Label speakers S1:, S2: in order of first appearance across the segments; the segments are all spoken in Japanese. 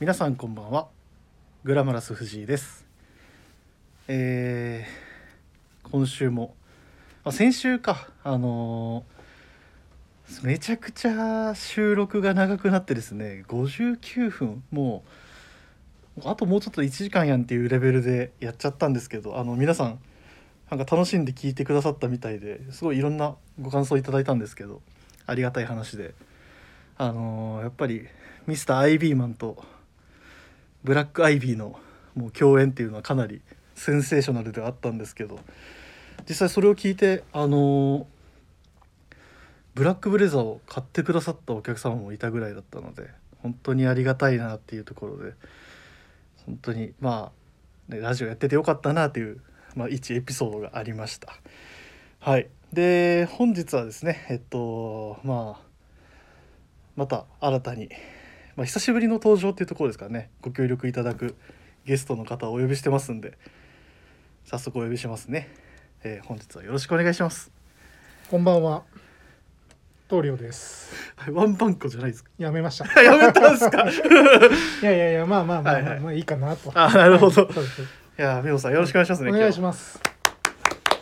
S1: 皆さんこんばんはグラマラス藤井ですえー今週もあ先週かあのーめちゃくちゃ収録が長くなってですね59分もうあともうちょっと1時間やんっていうレベルでやっちゃったんですけどあの皆さんなんか楽しんで聞いてくださったみたいですごいいろんなご感想いただいたんですけどありがたい話であのーやっぱりミスターアイビーマンとブラックアイビーのもう共演っていうのはかなりセンセーショナルではあったんですけど実際それを聞いてあのーブラックブレザーを買ってくださったお客様もいたぐらいだったので本当にありがたいなっていうところで本当にまあ、ね、ラジオやっててよかったなという、まあ、一エピソードがありました。はい、で本日はですねえっとまあまた新たに、まあ、久しぶりの登場っていうところですからねご協力いただくゲストの方をお呼びしてますんで早速お呼びしますね、えー本日はよろしくお願いします
S2: こんばんは。棟梁です。
S1: はいワンバンコじゃないですか
S2: やめました。い
S1: やめたんです か
S2: やいやいや、まあまあまあ、
S1: はいはい
S2: まあいいかなと。
S1: あなるほど
S2: はいそうです
S1: いや美穂さんよろしくお願いしますね
S2: お願いし
S1: 今
S2: ます。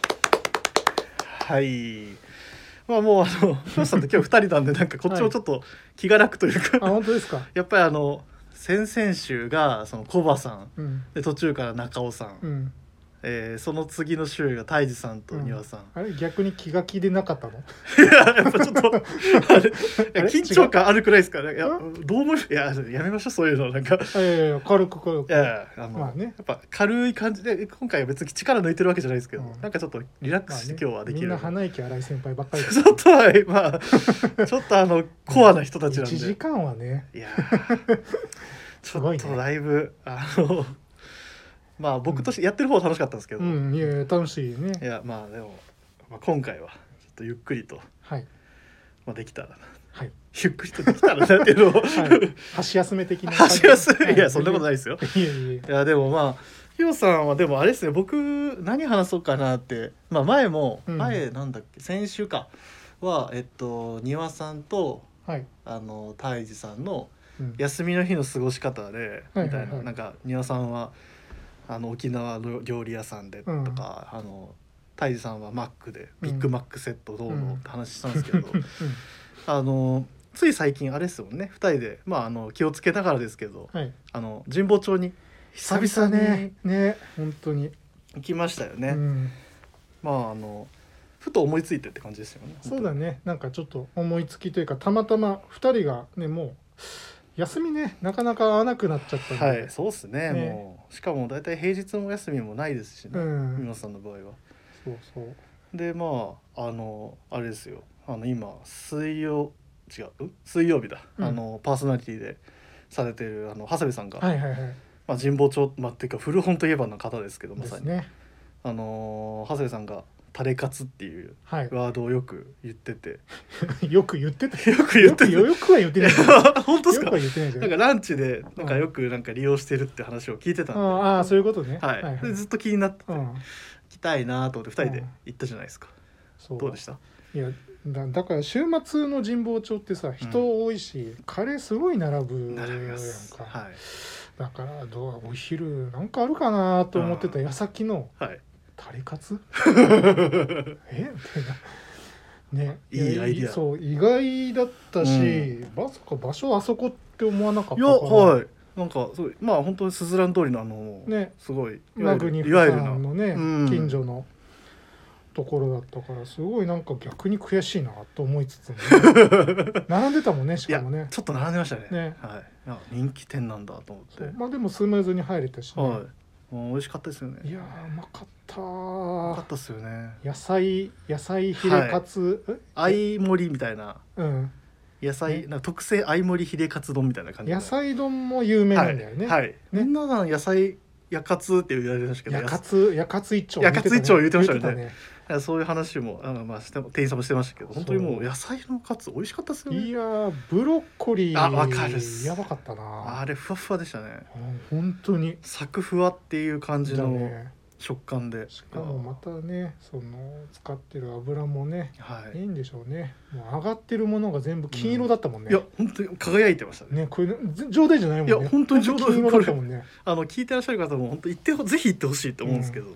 S1: 日ははいまあもうあの美穂さんと今日2人なんでなんかこっちもちょっと気が楽というか、
S2: あ、本当で すか。
S1: やっぱりあの先々週がそのコバさん
S2: うん。
S1: で途中から中尾さん、
S2: うん。
S1: えーその次の週が泰治さんと丹羽さん、
S2: あれ、逆に気が気でなかったの。
S1: いや、やっぱちょっと、あれ、いや
S2: あれ
S1: 緊張感あるくらいですから、いや
S2: う、
S1: どうも、いや、やめましょう、そういうの、なんか。い
S2: いやいやいや、軽く軽く。
S1: やいや、あの、
S2: まあね
S1: やっぱ軽い感じで、今回は別に力抜いてるわけじゃないですけど、
S2: うん
S1: なんかちょっとリラックスして今日はできる。
S2: まあねみんな花息荒い先輩ばっかりだ。
S1: ちょっとはい、ま あ、ちょっとあの、コアな人たちなん
S2: 一時
S1: で。
S2: 間はね。
S1: いやー、ち
S2: す
S1: ょ
S2: ご
S1: っ
S2: いね
S1: とだいぶ、あの、まあ僕としてやってる方は楽しかったんですけど、
S2: う
S1: い
S2: ん、いやいや、楽しいね。
S1: や、まあでも、まあ、今回は、ちょっとゆっくりと、
S2: はい。
S1: まあできたらな、
S2: はい。
S1: ゆっくりとできたらなっていうのを、
S2: はい。箸休め的 な感じ。
S1: 橋休めいやそんなことない
S2: い。
S1: ですよ
S2: いやいやいや。
S1: いやでもまあひよさんはでもあれですね僕何話そうかなってまあ前も、
S2: うん
S1: 前なんだっけ先週かはえっと庭さんと
S2: はい。
S1: あの泰治さんの
S2: うん
S1: 休みの日の過ごし方で、
S2: はい
S1: みたいな、
S2: はいはい
S1: なんか庭さんはあの沖縄の料理屋さんでとか、あの泰治さんはマックでビッグマックセットどうのって話したんですけど、
S2: うん
S1: あのつい最近あれですもんね2人で、まあ、あの気をつけながらですけど、
S2: はい。
S1: あの神保町に久々ね。
S2: ね、本当に。
S1: 行きましたよね、
S2: うん。
S1: まああのふと思いついてって感じですよね
S2: そうだねなんかちょっと思いつきというかたまたま2人がねもう休みねなかなか合わなくなっちゃったんで、
S1: はいそうっすね
S2: ね
S1: もうしかも大体平日も休みもないですし
S2: う
S1: ね、
S2: ん、
S1: 皆さんの場合は
S2: そうそう
S1: でまああのあれですよあの今水曜違ううん水曜日だ、
S2: うん
S1: あのパーソナリティでされてるあの長谷部さんが、
S2: はいはいはい
S1: まあ、神保町、まあ、っていうか古本といえばの方ですけどま
S2: で
S1: さ
S2: す
S1: に、
S2: ね
S1: あの長谷部さんが「タレカツ」っていう
S2: はい
S1: ワードをよく言ってて
S2: よく言ってた
S1: よく言ってて
S2: よくよくは言ってない
S1: 本当です
S2: よ
S1: か
S2: くは言ってないじゃ
S1: なん
S2: ん
S1: かランチでなんか
S2: うん
S1: よくなんか利用してるって話を聞いてたんで、は
S2: ああーそういうことね
S1: い
S2: はい、
S1: でずっと気になって
S2: うん、
S1: 行きたいなと思って2人で
S2: うん
S1: 行ったじゃないですか、
S2: そう
S1: どうでした
S2: いやだだから週末の神保町ってさ人多いし、カレーすごい並ぶやん
S1: 並びま
S2: か、
S1: すは
S2: だからどうお昼なんかあるかなと思ってた矢先の
S1: い、はい、
S2: タレ カツえみたいなね
S1: いいアイデア
S2: やそう意外だったし、
S1: う
S2: まさか場所あそこって思わなかった
S1: い
S2: か
S1: や
S2: ら
S1: はいなんかそうまあ本当にすずらん通りのあの、
S2: ね
S1: すごいいわ
S2: マ
S1: ゆ
S2: グニ
S1: る
S2: フ
S1: いわゆる
S2: さ
S1: なん
S2: のね、
S1: うん
S2: 近所のところだったからすごいなんか逆に悔しいなと思い つつも、ね、並んでたもんねし
S1: い
S2: か
S1: や
S2: もね
S1: ちょっと並んでましたね
S2: ね
S1: はい、なんか人気店なんだと思って
S2: そう、まあでもスムーズに入れたし、ね
S1: はいもう美味しかったですよね
S2: い、やーうまかった
S1: よか
S2: ー
S1: ったですよね
S2: 野菜野菜ヒレカツ、
S1: 相盛りみたいな
S2: えうん
S1: 野菜、
S2: ね
S1: なんか特製相盛りヒレカツ丼みたいな感じで
S2: 野菜丼も有名なんだよね、
S1: はいはいみ
S2: ね
S1: んなが野菜やかつって言われてましたけど
S2: やかつやかつ一丁
S1: やかつ一丁言ってましたよね
S2: 言って
S1: いやそういう話もあの、まあ、しても店員さんもしてましたけど本当にもう
S2: そう
S1: 野菜のカツ美味しかったですよ
S2: たねい
S1: ね
S2: やーブロッコリー
S1: あわかるっす
S2: やばかった
S1: あ
S2: な
S1: れふわふわでしたね
S2: うん本当に
S1: サクふわっていう感じ
S2: だ
S1: の、
S2: ね
S1: 食感で
S2: しかもまたねその使ってる油もね
S1: はい
S2: いいんでしょうねもう上がってるものが全部金色だったもんね、
S1: いや本当に輝いてましたね
S2: ねこれぜ冗談じゃないもんね
S1: いや本当に冗談
S2: 金色だったもんね
S1: あの聞いてらっしゃる方も本当行ってほぜひ行ってほしいと思うんですけど、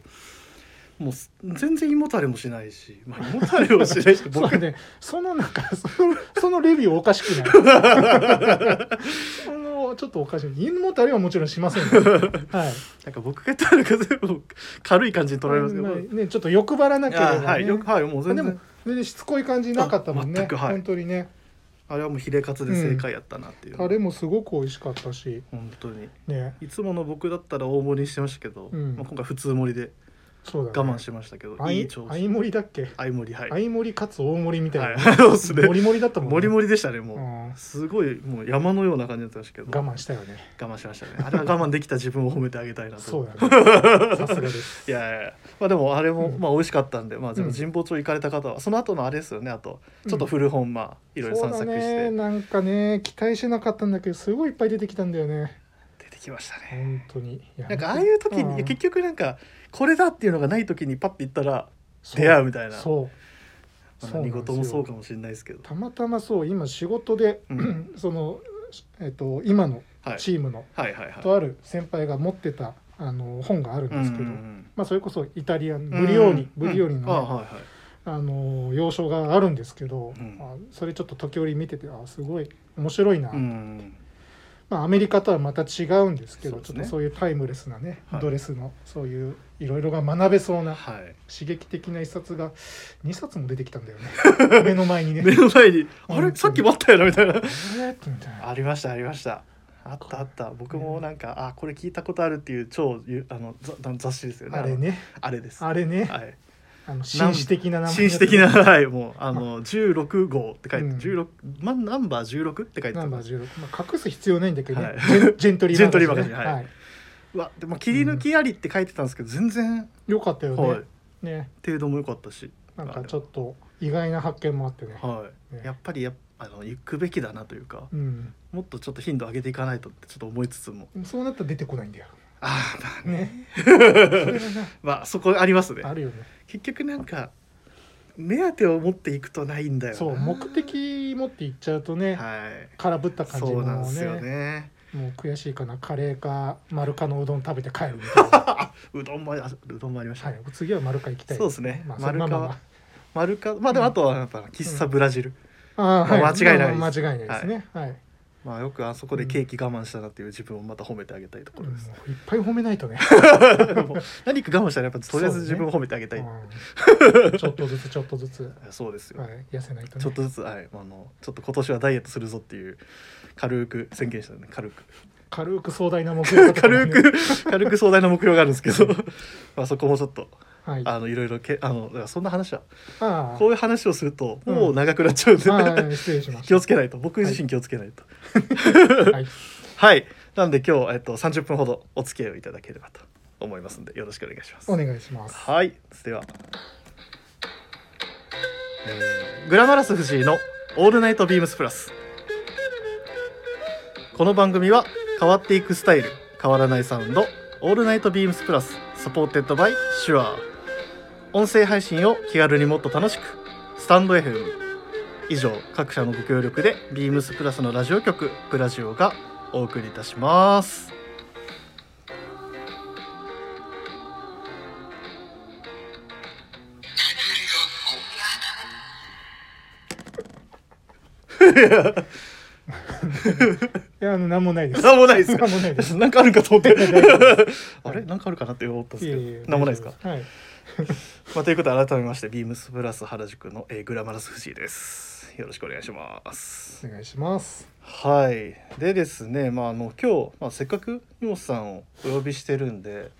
S1: もうす全然胃もたれもしないし、まあ、胃もたれをしないし
S2: そ
S1: 僕
S2: うねそのなんかそのそのレビューおかしくない そのちょっとおかしい犬もたれはもちろんしませんよ、 はい
S1: なんか僕が言ったら全部軽い感じに取られますけど、
S2: まあねちょっと欲張らなければ
S1: あ
S2: ね、
S1: はいよくはいもう全
S2: で
S1: 然
S2: も全然しつこい感じなかったもん
S1: あ全
S2: ね、
S1: くはい
S2: 本当にね
S1: あれはもうヒレカツで正解やったなっていう、
S2: タレもすごく美味しかったし
S1: 本当に
S2: ね
S1: いつもの僕だったら大盛りにしてましたけど、
S2: うん
S1: まあ、今回普通盛りで
S2: そうだね
S1: 我慢しましたけど、
S2: あ
S1: い
S2: い
S1: い調
S2: あ
S1: 子
S2: い盛りだっけ、
S1: 相盛りはい、
S2: あい盛りかつ大盛りみたいな、
S1: はい、 そうですね
S2: 盛り盛りだったもんね
S1: 盛り盛りでしたねもう、
S2: うん
S1: すごいもう山のような感じだったんですけど
S2: 我慢したよね
S1: 我慢しましたねあれは我慢できた自分を褒めてあげたいなと
S2: そうだ ねさすがです
S1: いやいやいやまあでもあれも、
S2: うん
S1: まあ美味しかったんでまあで
S2: う
S1: も
S2: ん
S1: 神保町行かれた方は、その後のあれですよねあと
S2: うん
S1: ちょっと古本まあいろいろ散
S2: そ
S1: 策
S2: う
S1: して
S2: だ、ねなんかね期待してなかったんだけどすごいいっぱい出てきたんだよね
S1: 出てきましたね
S2: 本当にいや
S1: なんかああいう時に、
S2: うん
S1: いや結局なんかこれだっていうのがない時にパッて行ったら
S2: そう
S1: 出会うみたいな
S2: そう
S1: まあ
S2: そうなん
S1: 何
S2: ですよ
S1: 事もそうかもしれないですけど
S2: たまたまそう今仕事で、
S1: うん
S2: そのえっと今の
S1: はい
S2: チームの、
S1: はいはいはい
S2: とある先輩が持ってたあの本があるんですけど、
S1: うんうん
S2: まあ、それこそイタリアン
S1: うん
S2: ブリオーニ、
S1: うん
S2: ブリオーニのね、
S1: あはいはい
S2: あの洋書があるんですけど、
S1: うん
S2: あそれちょっと時折見ててあすごい面白いな、
S1: うん
S2: まあ、アメリカとはまた違うんですけど
S1: そうです
S2: ち
S1: ね
S2: ょっとそういうタイムレスなね、
S1: はい
S2: ドレスのそういういろいろが学べそうな
S1: はい
S2: 刺激的な一冊が2冊も出てきたんだよ ね目の前にね。
S1: 目の前に「
S2: うん
S1: あれさっきもあったよな」みたいな
S2: えーっとみたいな
S1: ありましたありましたあったあった僕もなんかあこれ聞いたことあるっていう超ゆあのざ雑誌ですよね
S2: あれね
S1: のあれですは
S2: あれね
S1: い
S2: あの紳士的な名前
S1: 紳士的なはいもうあの16号って書いて
S2: うん
S1: 16まナンバー16って書いて
S2: ナ
S1: た
S2: ンバー16、まあ、隠す必要ないんだけどね、
S1: はい
S2: ジェンジェントリー
S1: ジェントリーマガジン
S2: は
S1: はいいうわでも切り抜きありって書いてたんですけど全然
S2: よかったよね,、
S1: はい
S2: ね
S1: 程度も良かったし
S2: なんかちょっと意外な発見もあってね、
S1: はい
S2: ね
S1: やっぱりやっあの行くべきだなというか
S2: うん、
S1: もっとちょっと頻度上げていかないとってちょっと思いつつも
S2: でもそうなったら出てこないんだよ
S1: あーまあ
S2: ねそれが
S1: まあそこありますね
S2: なあるよね
S1: 結局なんか目当てを持っていくとないんだよな
S2: そう目的持っていっちゃうとね、
S1: はい
S2: 空振った感じ
S1: そう
S2: も
S1: なんですよ
S2: ね
S1: ね
S2: もう悔しいかなカレーか丸かのうどん食べて帰るみ たいな、
S1: うどんもあうどんもありました
S2: は
S1: ね、
S2: い、次は丸か行きたい
S1: そうですね
S2: まあ、
S1: 丸
S2: まあ
S1: か
S2: まあ
S1: は丸かまあでもあとはやっぱ喫茶ブラジル、
S2: まああー、はい、
S1: まあ間違いないです
S2: まあ間違いないですねはい、
S1: まあよくあそこでケーキ我慢したなっていう自分をまた褒めてあげたいとこ
S2: うん
S1: ろ
S2: も
S1: です、
S2: ういっぱい褒めないとね
S1: もう何か我慢したらやっぱとりあえず自分を褒めてあげたい
S2: うんちょっとずつちょっとずつ、
S1: そうですよ、
S2: はい、痩せないとね
S1: ちょっとずつはいあのちょっと今年はダイエットするぞっていう軽く宣言したね軽く
S2: 軽く壮大な目標だったから
S1: 軽
S2: ね、
S1: く軽く壮大な目標があるんですけど まあそこもちょっと
S2: はい、あ
S1: あのいろいろけあのだからそんな話は
S2: あ
S1: こういう話をすると
S2: うん
S1: もう長くなっちゃうんで、
S2: はい失礼しました
S1: 気をつけないと僕自身気をつけないと
S2: はい、
S1: はい、なんで今日、えっと、30分ほどお付き合いをいただければと思いますんでよろしくお願いします
S2: お願いします
S1: はいでは、えーグラマラス藤井の「オールナイトビームスプラス」この番組は変わっていくスタイル変わらないサウンド「オールナイトビームスプラス」サポーテッドバイシュアー音声配信を気軽にもっと楽しくスタンド FM 以上各社のご協力でビームスプラスのラジオ局「プラジオ」がお送りいたします
S2: いやあの何もないです
S1: なんもないですか
S2: 何もないです
S1: なんかあるかと思って
S2: 大丈夫
S1: あれなんかあるかなって思ったんです
S2: い
S1: け
S2: え
S1: ど
S2: いえ
S1: なんもないですか
S2: はい
S1: まあ、ということで改めましてビームスプラス原宿の、えーグラマラス藤井ですよろしくお願いします
S2: お願いします
S1: はいでですねまああの今日、まあ、せっかく荷本さんをお呼びしてるんで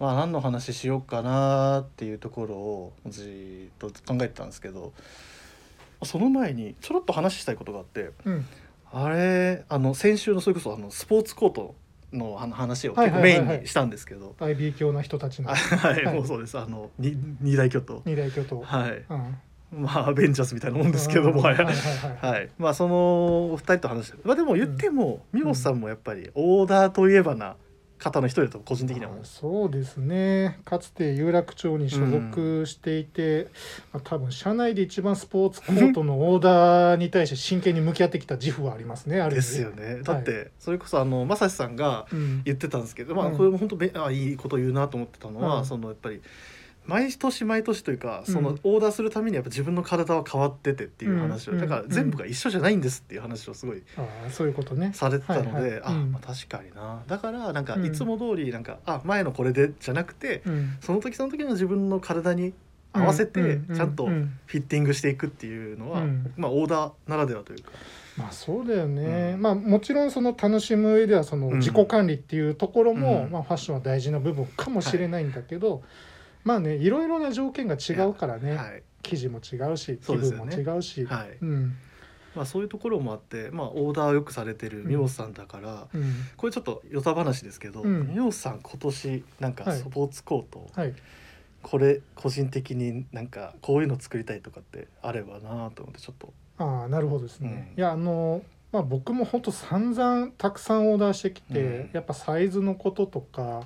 S1: まあ何の話しようかなっていうところをじーっと考えてたんですけどその前にちょろっと話したいことがあって
S2: うん
S1: あれあの先週のそれこそあのスポーツコートのあの話を
S2: はい
S1: 結
S2: はい
S1: 構
S2: はいは
S1: メ
S2: い
S1: インにしたんですけど
S2: IB 教な人たちの
S1: はい
S2: はい
S1: もうそうですあのに二大巨頭
S2: 二大巨頭、
S1: はい
S2: うん
S1: まあアベンジャーズみたいなもんですけども
S2: は
S1: はいい、
S2: はいはい
S1: はい、まあそのお二人と話してまあでも言っても、ミモさんもやっぱりオーダーといえばな方の一人だと個人的には思う
S2: あそうですねかつて有楽町に所属していて、まあ、多分社内で一番スポーツコートのオーダーに対して真剣に向き合ってきた自負はありますねある意
S1: で
S2: 味
S1: すよねだってそれこそあの正志さんが
S2: うん、
S1: 言ってたんですけど、まあ、
S2: うん
S1: これも本当べあいいこと言うなと思ってたのは、
S2: うん
S1: そのやっぱり毎年毎年というかそうの
S2: ん
S1: オーダーするためにやっぱ自分の体は変わっててっていう話を、
S2: うん
S1: だから
S2: うん
S1: 全部が一緒じゃないんですっていう話をすごい
S2: ああそういうことね
S1: されてたので、
S2: はいはい
S1: あ、
S2: うん
S1: まあ、確かになだからなんか
S2: うん
S1: いつも通りなんか、あ前のこれでじゃなくて
S2: うん
S1: その時その時の自分の体に合わせ
S2: う
S1: て
S2: うう
S1: ちゃんと
S2: うん
S1: フィッティングしていくっていうのは、
S2: うん
S1: まあオーダーならではというか。
S2: まあそうだよね、
S1: うん
S2: まあもちろんその楽しむ上ではその
S1: うん
S2: 自己管理っていうところも、
S1: うん
S2: まあ、ファッションは大事な部分かもしれないんだけど、まあねいろいろな条件が違うからね、
S1: はい
S2: 生地も違うし
S1: そ
S2: 気
S1: うです
S2: 分
S1: よ
S2: も
S1: ね
S2: 違うし、
S1: はいう
S2: ん
S1: まあ、そういうところもあって、まあ、オーダーをよくされてる三本さんだから、
S2: うん
S1: これちょっと与た話ですけど、
S2: うん
S1: ミオさん今年なんか
S2: はい
S1: スポーツコート、
S2: はい
S1: これ個人的になんかこういうの作りたいとかってあればなと思ってちょっと
S2: ああなるほどですね、
S1: うん
S2: いやあのまあ僕も本当散々たくさんオーダーしてきて、
S1: うん
S2: やっぱサイズのこととか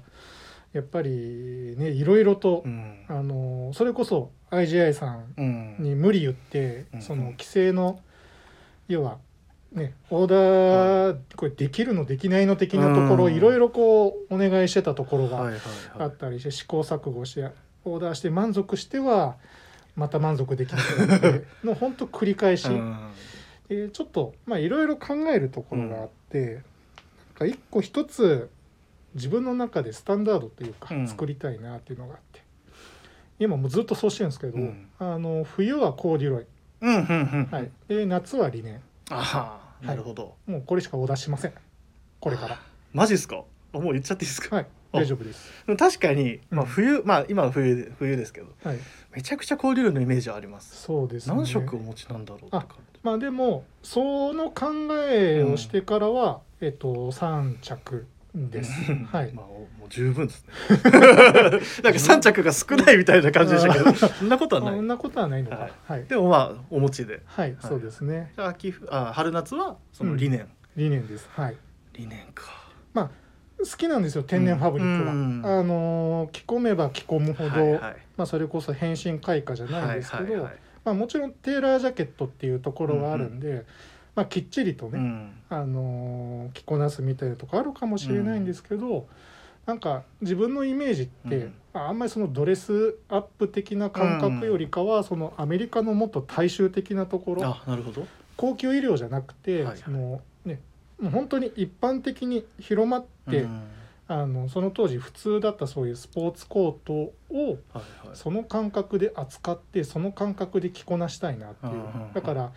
S2: やっぱりねいろいろと、
S1: うん
S2: あのそれこそ IGI さん
S1: うん
S2: に無理言って、
S1: うん
S2: その規制の要はねオーダー、これできるのできないの的なところを
S1: うん
S2: いろいろこうお願いしてたところ
S1: はい
S2: が
S1: はい
S2: あ
S1: はい
S2: ったりして、試行錯誤してオーダーして満足してはまた満足できなくなっての本当繰り返し、
S1: うん
S2: でちょっとまあいろいろ考えるところがあって、なんか一個一つ自分の中でスタンダードというか
S1: うん
S2: 作りたいなっていうのがあって、今もうずっとそうしてるんですけど、
S1: うん
S2: あの冬はコーデュロイ、
S1: うんうんうん
S2: はい、で夏はリネン
S1: ああなるほど、
S2: もうこれしかオーダーしませんこれから
S1: マジですかあもう言っちゃっていいですか、
S2: はい大丈夫です
S1: でも確かに、まあ、
S2: うん
S1: 冬まあ今は冬で冬ですけど
S2: はい
S1: めちゃくちゃ交流量のイメージはあります
S2: そうですね
S1: 何色お持ちなんだろうとか
S2: まあでもその考えをしてからは、えっと3着です、はい
S1: まあ、もう十分ですね。 なんか三着が少ないみたいな感じでしたけど、そんなことは
S2: そ
S1: なんい。
S2: なことはないのか
S1: はい
S2: はい、
S1: でもまあお持ちで。
S2: はい、そうですね
S1: じゃあ秋ふあ春夏はその理念、
S2: 理念ですはい
S1: 理念か。
S2: 好きなんですよ天然ファブリックは、
S1: うんうん
S2: あのー着込めば着込むほど、
S1: はいはい
S2: まあ、それこそ変身開花じゃないんですけど、
S1: はいはいはい
S2: まあ、もちろんテーラージャケットっていうところはあるんで、まあ、きっちりと
S1: う
S2: ね、
S1: ん
S2: あのー着こなすみたいなとこあるかもしれないんですけど、なんか自分のイメージって、
S1: うん
S2: まああんまりそのドレスアップ的な感覚よりかは、そのアメリカのもっと大衆的なところ
S1: あなるほど。
S2: 高級医療じゃなくて、
S1: はいはい
S2: そのねもう本当に一般的に広まって、
S1: うん
S2: あのその当時普通だったそういうスポーツコートを
S1: はいはい。
S2: その感覚で扱ってその感覚で着こなしたいなっていう
S1: うんうんうん
S2: だから、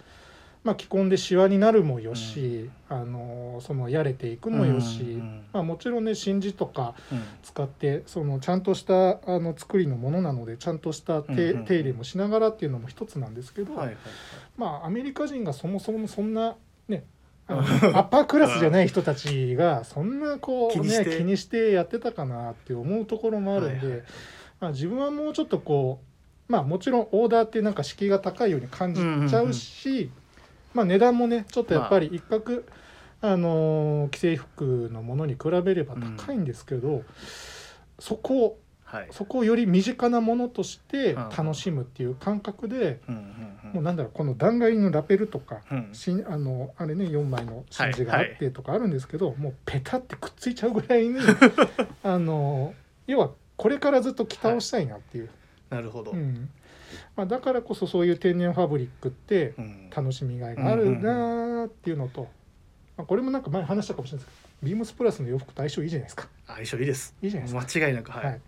S2: まあ、着込んでシワになるもよし、あのそのやれていくもよし、
S1: うんうん
S2: まあ、もちろんね真珠とか
S1: うん
S2: 使ってそのちゃんとしたあの作りのものなのでちゃんとした手,、
S1: うんうん
S2: 手入れもしながらっていうのも一つなんですけど、
S1: はいはい
S2: まあアメリカ人がそもそもそんな ねあのアッパークラスじゃない人たちがそんなこう
S1: 気にし
S2: ね
S1: て
S2: 気にしてやってたかなって思うところもあるんで、
S1: はいはい
S2: まあ、自分はもうちょっとこうまあもちろんオーダーってなんか敷居が高いように感じちゃうし、まあ、値段もねちょっとやっぱり一角、あのー既製服のものに比べれば高いんですけど、そこを
S1: はい。
S2: そこをより身近なものとして
S1: うん
S2: 楽しむっていう感覚で、
S1: うんうんう
S2: もうんなんだろうこの断崖のラペルとか
S1: うん
S2: しんあのあれね4枚の真珠があってとかあるんですけど、もうペタってくっついちゃうぐら いにあの要はこれからずっと着倒したいなっていう、
S1: なるほど
S2: う。んまあ、だからこそそういう天然ファブリックって
S1: うん
S2: 楽しみがいがあるなーっていうのと、まあ、これもなんか前話したかもしれないですけどビームスプラスの洋服と相性いいじゃないですか
S1: 相性いいです。
S2: いいじゃないですか。
S1: 間違いなくは
S2: はいい。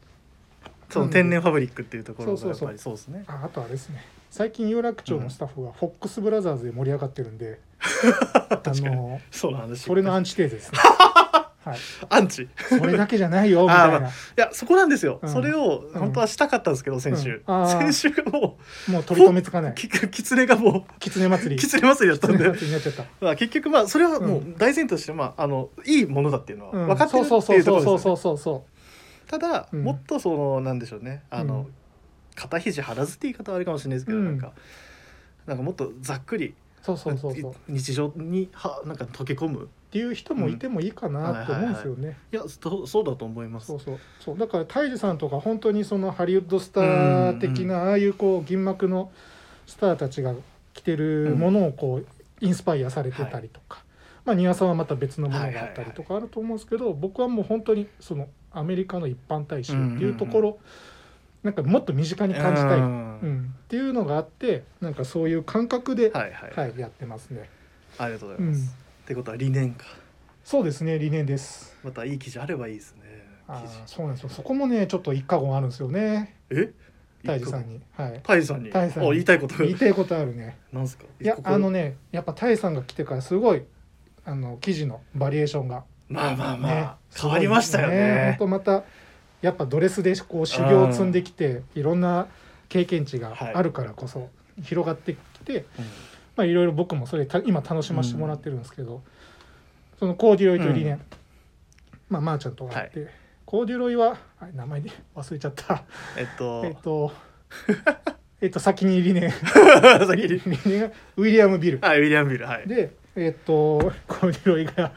S1: その天然ファブリックっていうところがやっぱりそうですね。
S2: ああとあれですね最近有楽町のスタッフがフォックスブラザーズで盛り上がってるんで、 あ
S1: かに
S2: の
S1: そうなんです。
S2: それのアンチテーゼで すね、はい、
S1: アンチ。
S2: それだけじゃないよみたい
S1: あー
S2: な、
S1: まいやそこなんですよ、
S2: うん
S1: それを
S2: うん
S1: 本当はしたかったんですけど先週、
S2: うんあー
S1: 先週がも
S2: もう取り留めつかな
S1: う
S2: い
S1: ききつねがも
S2: キツネ祭
S1: う
S2: り
S1: きつね 祭りだったん
S2: 狐
S1: で
S2: 祭りになっちゃった
S1: まあ結局まあそれはもう
S2: う
S1: 大前提としてまああのいいものだっていうのは
S2: うん
S1: 分かってる
S2: そう
S1: って
S2: そ
S1: いううと
S2: そ
S1: こ
S2: う
S1: ろ
S2: そう
S1: ですよ
S2: そ
S1: ね
S2: うそうそ
S1: ただ
S2: うん
S1: もっとそのなんでしょうねあの、
S2: うん
S1: 肩肘張らずって言い方はあれかもしれないですけど、
S2: うん
S1: なんかなんかもっとざっくり
S2: うそうそうそうそう
S1: 日常にはなんか溶け込む
S2: っていう人もいてもいいかなと思うんですよね。
S1: いやそそうだと思います
S2: そうそうそうだから泰治さんとか本当にそのハリウッドスター的なああいうこう銀幕のスターたちが着てるものをこうインスパイアされてたりとか、まあ庭さんはまた別のものがあったりとかあると思うんですけど、僕はもう本当にそのアメリカの一般大衆っていうところ、なんかもっと身近に感じたい、
S1: う
S2: うん
S1: ん
S2: っていうのがあってなんかそういう感覚で、
S1: はいはい、
S2: はい、やってますね。
S1: ありがとうござ
S2: う
S1: い
S2: ん
S1: ます、ってことは理念か
S2: そうですね理念です。
S1: またいい記事あればいいですね
S2: あ
S1: 記
S2: ー
S1: 事
S2: そうなんですよそこもねちょっと一過言あるんですよね
S1: え
S2: 泰治さんに。はい
S1: タイジさんに
S2: タイジさんに
S1: お言いたい こと
S2: 言いたいことあるね。
S1: なんすか
S2: いや
S1: ここ
S2: あのねやっぱタイさんが来てからすごいあの記事のバリエーションが、
S1: まあまあまあ、
S2: ね、
S1: 変わりましたよね
S2: 本当またやっぱドレスでこう修行を積んできていろんな経験値があるからこそ広がってきて、い、
S1: うん
S2: まあいろいろ僕もそれた今楽しませてもらってるんですけど、そのコーデュロイという理念、
S1: うん
S2: まあまー、ちゃんとがあって、コーデュロイはあ名前で忘れちゃった
S1: えっと
S2: えっとえっと先に理 念
S1: 先に
S2: 理念がウィリアム・ビル。
S1: はいウィリアム・ビルはい
S2: でえっとコーデュロイが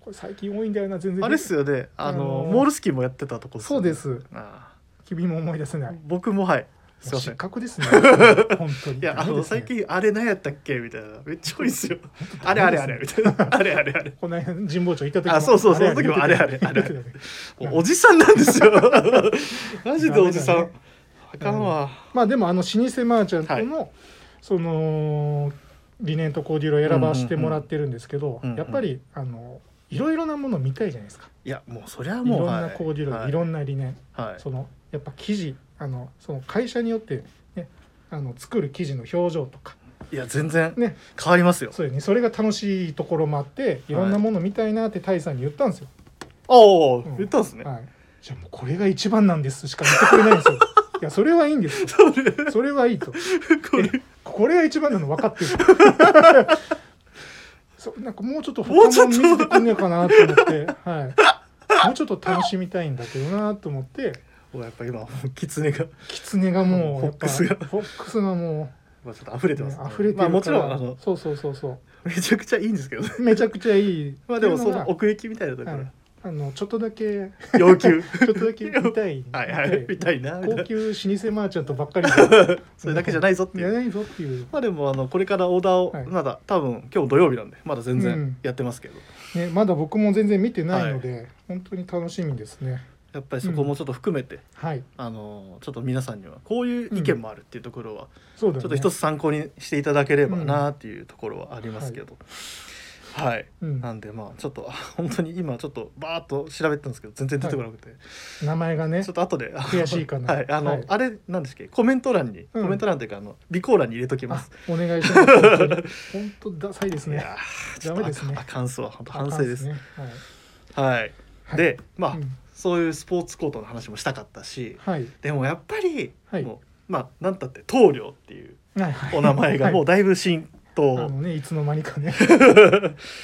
S2: これ最近多いんだよな全然
S1: あれっすよねあの、
S2: あのー
S1: モールスキーもやってたとこっよね
S2: そうです
S1: あ
S2: 君も思い出せな
S1: あ
S2: い
S1: 僕もはいすいませ
S2: 失
S1: ん
S2: 格 ですね本当に
S1: いやあ
S2: ダメ
S1: の
S2: ですね
S1: 最近あれ何やったっけみたいなめっちゃ多いっす よあれあれあれみたいなあれあれあれ
S2: この間神保町行った時
S1: あそうそうその時も
S2: 言ってた
S1: あれあれあれ
S2: 言ってたね
S1: おおじさんなんですよ マジでおじさん、
S2: ダメだね
S1: あかんわ、
S2: まあでもあの老舗マーチャントの、その理念とコーデュロイ選ばしてもらってるんですけど、
S1: うんうんうん
S2: やっぱりあのいろいろなもの見たいじゃないですか、
S1: いやもうそりゃ
S2: い
S1: もう
S2: ろんなコーデュロイ、、
S1: はい
S2: ろんな理念
S1: はい
S2: そのやっぱ記事あのその会社によって、ね、あの作る記事の表情とか
S1: いや全然
S2: ね
S1: 変わりますよ、
S2: そうよねそれが楽しいところもあっていろんなもの見たいなってタイさんに言ったんですよ、
S1: おお、
S2: うん
S1: 言ったんですね、
S2: はい、じゃあもうこれが一番なんですしか言ってくれないんで すよいやそれはいいんですよ
S1: それ
S2: それはいいと
S1: これ
S2: これが一番なの分かってる そうなんかもうちょっと
S1: もうち
S2: 他
S1: ょ
S2: も
S1: っと
S2: 見せてくんねえかなと思って、はい、もうちょっと楽しみたいんだけどなと思って
S1: もうやっぱ今もう狐が
S2: キツネがもう
S1: フォックスが
S2: やっぱフォックスがも
S1: まあちょっと溢れ
S2: う、
S1: てます、
S2: ね溢れてるから、
S1: まあもちろんあの
S2: そうそうそうそ
S1: めちゃくちゃいいんですけどね
S2: うめちゃくちゃいい
S1: まあでも
S2: ってい
S1: そう
S2: が
S1: の奥行きみたいなところ、
S2: はいあのちょっとだけ
S1: 要 求
S2: ちょっとだけ見たい
S1: はいはい
S2: 見
S1: み
S2: た
S1: た
S2: い
S1: いなみたい
S2: 高
S1: な
S2: 級老舗マーチャントばっかりで
S1: それだけじゃないぞってい
S2: や
S1: う
S2: ないぞっていう、
S1: まあでもあのこれからオーダーを、
S2: はい
S1: まだ多分今日土曜日なんでまだ全
S2: うん
S1: 然やってますけど、
S2: ね、まだ僕も全然見てないので、本当に楽しみですね
S1: やっぱりそこもちょっと含めて、
S2: はい
S1: あのちょっと皆さんにはこういう意見もあるっていうところは、
S2: そうだ、ね、
S1: ちょっと一つ参考にしていただければなっていうところはありますけど、はい、
S2: うん
S1: なんでまあちょっとあ本当に今ちょっとバーッと調べてたんですけど全然出てこなくて、
S2: 名前がね
S1: ちょっと後で
S2: 悔しいかな
S1: はいあの、
S2: はい
S1: あれなんですっけコメント欄に、
S2: うん
S1: コメント欄というかあの備考欄に入れときま
S2: あ
S1: す。
S2: お願いします本当に本当ダサいです
S1: い
S2: ね
S1: やー
S2: ダメです
S1: ち
S2: ね
S1: ょっとあかんあかんすわ本当反省です。
S2: あかんっ
S1: はい、
S2: はい
S1: でまあ、
S2: すね
S1: そういうスポーツコートの話もしたかったし
S2: はい、うん
S1: でもやっぱり、
S2: はい
S1: もうまあ何たって棟梁っていう
S2: はいはいはい
S1: お名前がもう
S2: は
S1: だいぶ浸
S2: い あ
S1: 透
S2: のねいつの間に かね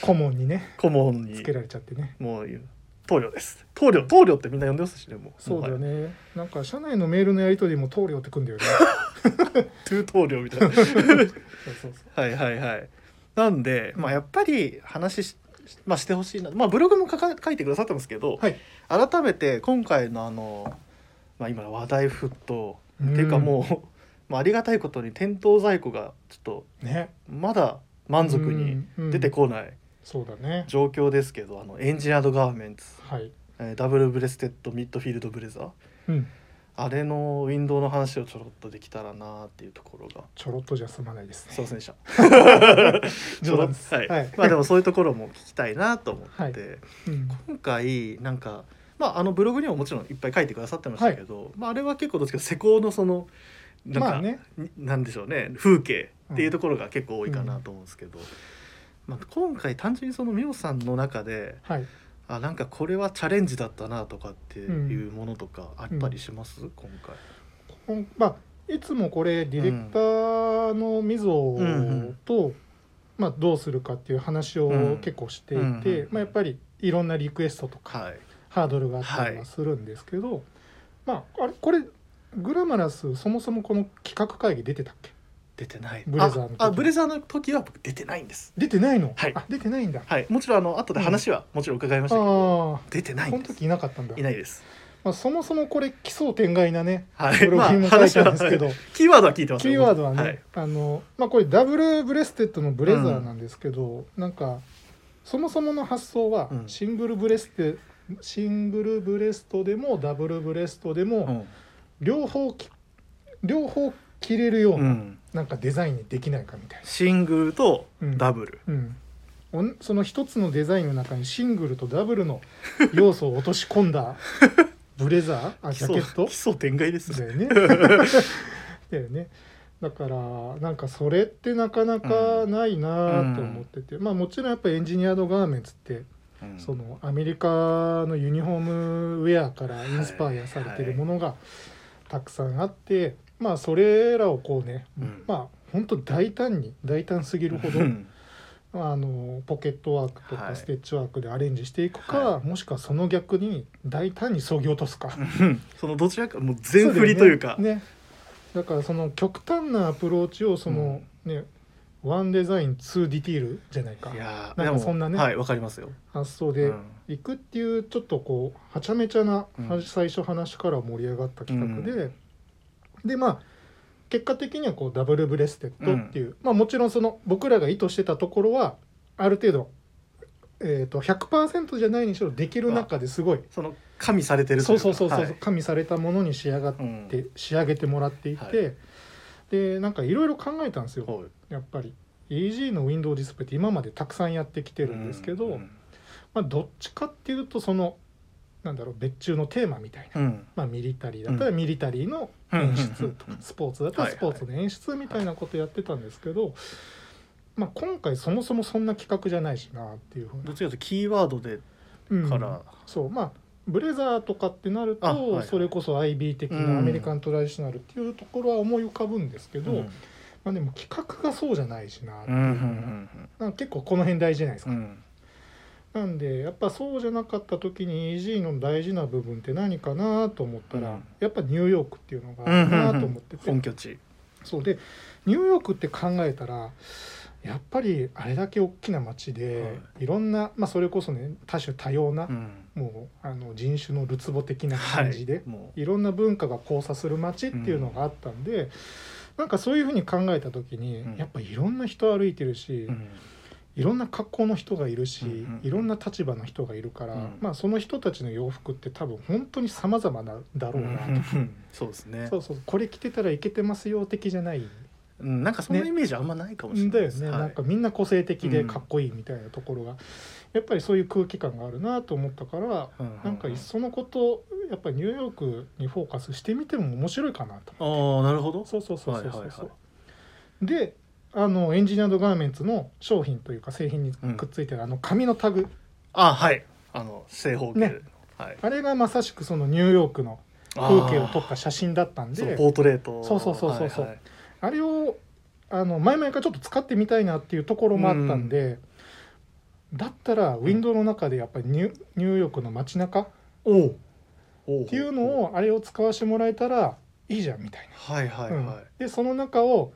S2: 顧問にね
S1: 顧問に
S2: つけられちゃってね
S1: もういう棟梁です棟梁棟梁ってみんな呼んでますしねもう
S2: そうだよ
S1: もはや
S2: ねなんか社内のメールのやり取りも棟梁ってくんだよね
S1: トゥー棟梁みたいな
S2: そうそうそ
S1: はいはいはいなんで、まあ、やっぱり話し,、まあ、してほしいな、まあ、ブログも書か書いてくださってますけど
S2: う、はい
S1: 改めて今回のあの、まあ、今の話題沸騰、
S2: うん
S1: っていうかもう、まあ、ありがたいことに店頭在庫がちょっと
S2: ね
S1: まだ満足に出て
S2: うんう
S1: こ
S2: ん
S1: ない
S2: そうだね
S1: 状況ですけどあのエンジニアードガーメンツ、
S2: はい
S1: えーダブルブレステッドミッドフィールドブレザー
S2: うん
S1: あれのウィンドウの話をちょろっとできたらなっていうところが
S2: ちょろっとじゃ済まないですね
S1: すいませんで した。ちょ
S2: 冗
S1: ろ
S2: 談
S1: っ
S2: です
S1: とはい
S2: はい
S1: まあでもそういうところも聞きたいなと思
S2: は
S1: っ
S2: い
S1: て、
S2: うん
S1: 今回なんか、まあ、あのブログにももちろんいっぱい書いてくださってましたけど、まあ、あれは結構どっちかというと施工のそのなんか、
S2: まあね
S1: になんでしょうね風景っていうところが結構多いかなと思うんですけど、まあ、今回単純にそのミオさんの中で
S2: はい
S1: あなんかこれはチャレンジだったなとかっていうものとかあったりします、今回。
S2: ほんまあいつもこれディレクターの水
S1: うんうんう
S2: 野
S1: ん
S2: と、まあ、どうするかっていう話
S1: う
S2: を
S1: ん
S2: 結構していて、
S1: うんうんうん
S2: まあ、やっぱりいろんなリクエストとか
S1: はい、
S2: ハードルがあったりはするんですけど、まああれこれグラマラスそもそもこの企画会議出てたっけ
S1: 出てない
S2: ブレザーの時
S1: ああブレザーの時は僕出てないんです
S2: 出てないの、
S1: はい
S2: あ出てないんだ、
S1: はいもちろんあの後で話はもちろん伺いま
S2: ああ
S1: したけど、
S2: こ
S1: 出てないん
S2: の
S1: です
S2: 時いなかったんだ
S1: いないです
S2: まあ、そもそもこれ奇想天外なね
S1: はい
S2: ブログにも書いたんですけど、
S1: まあ話はキーワードは聞いてます
S2: キ
S1: よ
S2: ーワードはね、
S1: い
S2: あのまあ、これダブルブレステッドのブレザーなんですけど、なんかそもそもの発想は
S1: うん
S2: シングルブレステ、シングルブレストでもダブルブレストで
S1: う
S2: も
S1: ん
S2: 両方き両方着れるよう
S1: う
S2: な,、
S1: ん、
S2: なんかデザインにできないかみたい
S1: シングルと
S2: うん
S1: ダブル、
S2: な、うんおん、その一つのデザインの中にシングルとダブルの要素を落とし込 んだブレザーあ
S1: 基
S2: ジャ
S1: 礎
S2: ケット
S1: 基礎展開です
S2: だ
S1: ね
S2: よね。 だよね。だからなんかそれってなかなかないなと思ってて、まあもちろんやっぱエンジニアードガーメンツって、
S1: うん
S2: そのアメリカのユニフォームウェアからインスパイアされてるものがたくさんあって、まあそれらをこうね、
S1: うん
S2: まあ本当大胆に大胆すぎるほど、
S1: うん
S2: あのポケットワークと
S1: は
S2: か
S1: い
S2: ステッチワークでアレンジしていくか、
S1: は
S2: もしくはその逆に大胆に削ぎ落とすか。
S1: うんそのどちらかもう全振りというか
S2: そうだよねねだからその極端なアプローチをその、ねワンデザインツーディティールじゃないか
S1: いやー
S2: なんか
S1: でも
S2: そんなね
S1: はいわかりますよ、
S2: 発想
S1: う
S2: で
S1: ん
S2: 行くっていうちょっとこうはちゃめちゃな、
S1: うん
S2: は最初話から盛り上がった企画で、でまあ結果的にはこうダブルブレステッドっていう、まあもちろんその僕らが意図してたところはある程度、えー、と100%じゃないにしろできる中ですごい
S1: その加味されてると
S2: そ
S1: いうか
S2: そうそうそう、
S1: はい
S2: 加味されたものに仕上がっ
S1: うん
S2: って仕上げてもらっていて、
S1: は
S2: でなんかいろいろ考えたんですよ
S1: はい
S2: やっぱり AG のウィンドウディスプレイって今までたくさんやってきてるんですけど、
S1: うん
S2: まあ、どっちかっていうとそのなんだろう別注のテーマみたいな、
S1: うん
S2: まあ、ミリタリーだったらミリタリーの演出と
S1: うんうんうん
S2: か
S1: うん
S2: スポーツだったら
S1: はい
S2: スポーツの演出みたいなことやってたんですけど、まあ、今回そもそもそんな企画じゃないしなっていうふう
S1: どっち
S2: な
S1: かというとキーワードで
S2: うん
S1: から、
S2: そうまあブレザーとかってなると、
S1: あはいはい
S2: それこそ IB 的
S1: うん
S2: なアメリカントラディショナルっていうところは思い浮かぶんですけど、
S1: うん
S2: まあ、でも企画がそうじゃないしなって
S1: う
S2: いうんの
S1: う
S2: が、
S1: ん
S2: なんか結構この辺大事じゃないです
S1: う
S2: か、
S1: ん
S2: なんでやっぱそうじゃなかった時に EG の大事な部分って何かなと思った
S1: う
S2: ら、
S1: ん
S2: やっぱニューヨークっていうのが
S1: う
S2: あ
S1: ん
S2: るなと思ってて、
S1: 本拠地
S2: そうでニューヨークって考えたらやっぱりあれだけ大きな街で、、
S1: はい
S2: ろんな、まあ、それこそね多種多様な、
S1: うん
S2: もうあの人種のるつぼ的な感じで、
S1: はいも
S2: いろんな文化が交差する街っていうのがあったんで、なんかそういうふうに考えた時に、
S1: うん
S2: やっぱいろんな人歩いてるし、
S1: ううん
S2: いろんな格好の人がいるし、
S1: うんうん
S2: いろんな立場の人がいるから、
S1: うん
S2: まあその人たちの洋服って多分本当に様々なんだろうなと、
S1: うんそうですね
S2: そうそうこれ着てたらいけてますよ的じゃない
S1: うんなんかそんなイメージあんまないかもしれ
S2: ん
S1: な
S2: だ
S1: い
S2: よ
S1: です
S2: ね、
S1: はい
S2: なんかみんな個性的でかっこいいみたいなところが、やっぱりそういう空気感があるなと思ったから、
S1: うんうん
S2: なんかいっそのことやっぱりニューヨークにフォーカスしてみても面白いかなと
S1: ああなるほど
S2: そうそうそうそうそうそう、
S1: はいはいは
S2: であのエンジニアードガーメンツの商品というか製品にくっついてる、あの紙のタグ
S1: あはいあの正方形
S2: ね
S1: はい
S2: あれがまさしくそのニューヨークの風景を撮った写真だったん
S1: あーその
S2: で
S1: ポートレート
S2: そうそうそうそうそう
S1: はいはい
S2: あれをあの前々からちょっと使ってみたいなっていうところもあったんで、だったらウィンドウの中でやっぱりニュニューヨークの街中っ
S1: おうおって
S2: いうのをあれを使わせてもらえたらいいじゃんみたいな。
S1: はいはいはい
S2: うんでその中を、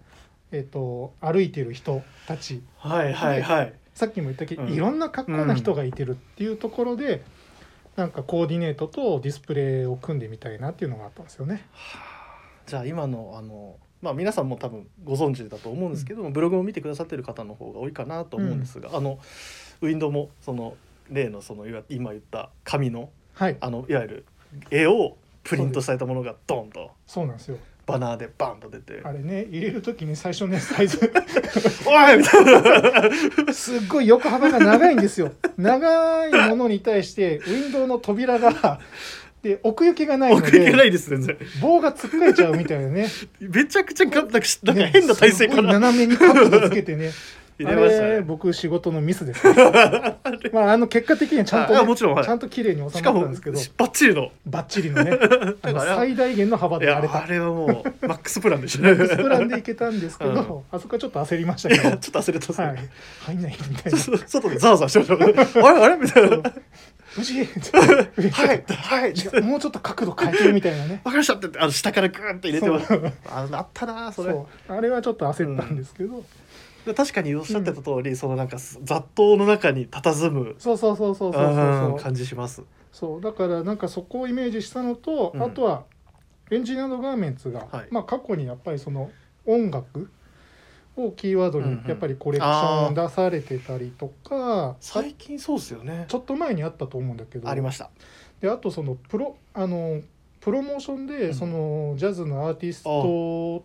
S2: えっと歩いてる人たち
S1: はいはいはい
S2: さっきも言ったけど、
S1: うん
S2: いろんな格好な人がいてるっていうところで、なんかコーディネートとディスプレイを組んでみたいなっていうのがあったんですよね。
S1: じゃあ今のあの、まあ、皆さんも多分ご存知だと思うんですけども、ブログを見てくださってる方の方が多いかなと思うんですが、あのウィンドウもその例のそのいわ今言った紙の
S2: はい
S1: あのいわゆる絵をプリントされたものがドンと
S2: そうなんですよ
S1: バナーでバンと出て
S2: あれね入れる時に最初ねサイズ
S1: 「おい!」みたいな。
S2: すっごい横幅が長いんですよ長いものに対してウィンドウの扉がで奥行きがないの
S1: 送りけな
S2: で
S1: いです全然
S2: 棒がつっかえちゃうみたいなね
S1: めちゃくちゃがなんかしなんか
S2: ね
S1: 変な体勢か
S2: すごい
S1: ら
S2: 斜めに角度つけてね
S1: 入
S2: あ
S1: れました
S2: れ
S1: ね
S2: 僕仕事のミスで す、ね、まああの結果的にはちゃん
S1: あ
S2: と、ね、
S1: あもちろんはい
S2: ちゃんと綺麗に
S1: し
S2: 収ま
S1: か
S2: った
S1: も
S2: んですけど
S1: バッチリの
S2: バッチリ のねあの
S1: だから
S2: 最大限の幅
S1: い
S2: で
S1: や
S2: あれ
S1: あ
S2: た
S1: れはもうマックスプランでしたね
S2: スプランでいけたんですけど、あそこはちょっと焦りました
S1: い
S2: け
S1: や
S2: ど
S1: ちょっと焦れたっすね
S2: はい入んないみたいな
S1: ちょっと外でザワザワしてましたもんねあれあれみたいな
S2: 藤井
S1: はいはい
S2: 違うもうちょっと角度変えてみたいなね
S1: わかりましたってあの下からグーンって入れてます
S2: そう
S1: ああったなそ
S2: そ
S1: れ
S2: うあれはちょっと焦ったんですけど、
S1: で確かにおっしゃってた通り、そのなんかす雑踏の中に佇む
S2: そうそうそうそうそう
S1: うん
S2: そう
S1: 感じします
S2: そうだからなんかそこをイメージしたのと、
S1: うん
S2: あとはエンジニアードガーメンツが、
S1: はい
S2: まあ過去にやっぱりその音楽をキーワード
S1: うん
S2: に
S1: うん
S2: やっぱりコレクション出されてたりとか、
S1: 最近そうですよね
S2: ちょっと前にあったと思うんだけど
S1: ありました
S2: であとそのプロあのプロモーション
S1: う
S2: で
S1: ん
S2: そのジャズのアーティスト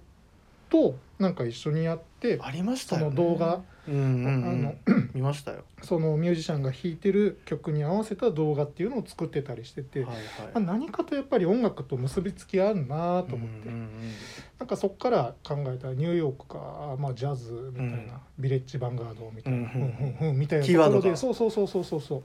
S2: となんか一緒にやって、
S1: ありました
S2: そ
S1: よ、ね、
S2: の動画、
S1: うんうん、うん、見ましたよ、
S2: そのミュージシャンが弾いてる曲に合わせた動画っていうのを作ってたりしてて、
S1: はいはい
S2: まあ、何かとやっぱり音楽と結びつきあるなと
S1: う
S2: 思って、
S1: んうんうん
S2: なんかそっから考えたらニューヨークか、まあ、ジャズみたいな、
S1: うん
S2: ビレッジヴァンガードみたいな、
S1: うん
S2: ふんふんふんみたいな
S1: キーワー
S2: とこ
S1: ドが
S2: ろでそうそうそうそうそうそう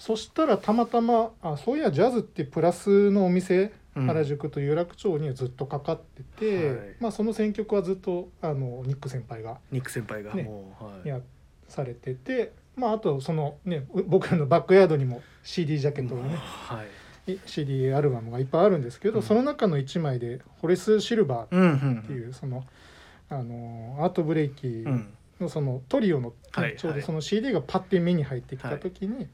S2: そしたらたまたまあそういやジャズってプラスのお店、
S1: うん
S2: 原宿と有楽町にはずっとかかってて、
S1: はい
S2: まあ、その選曲はずっとあのニック先輩が
S1: ニック先輩が
S2: ね
S1: もう、はい、
S2: やされてて、まあ、あとその、ね、う僕らのバックヤードにも CD ジャケットがね、
S1: はい、
S2: い CD アルバムがいっぱいあるんですけど、
S1: うん
S2: その中の1枚で「ホレス・シルバー」っ
S1: うんうん、って
S2: いうその、あのーアートブレイキ
S1: うん、
S2: のそのトリオの、
S1: はい
S2: ちょう
S1: は
S2: ど
S1: い
S2: その CD がパッて目に入ってきた時に、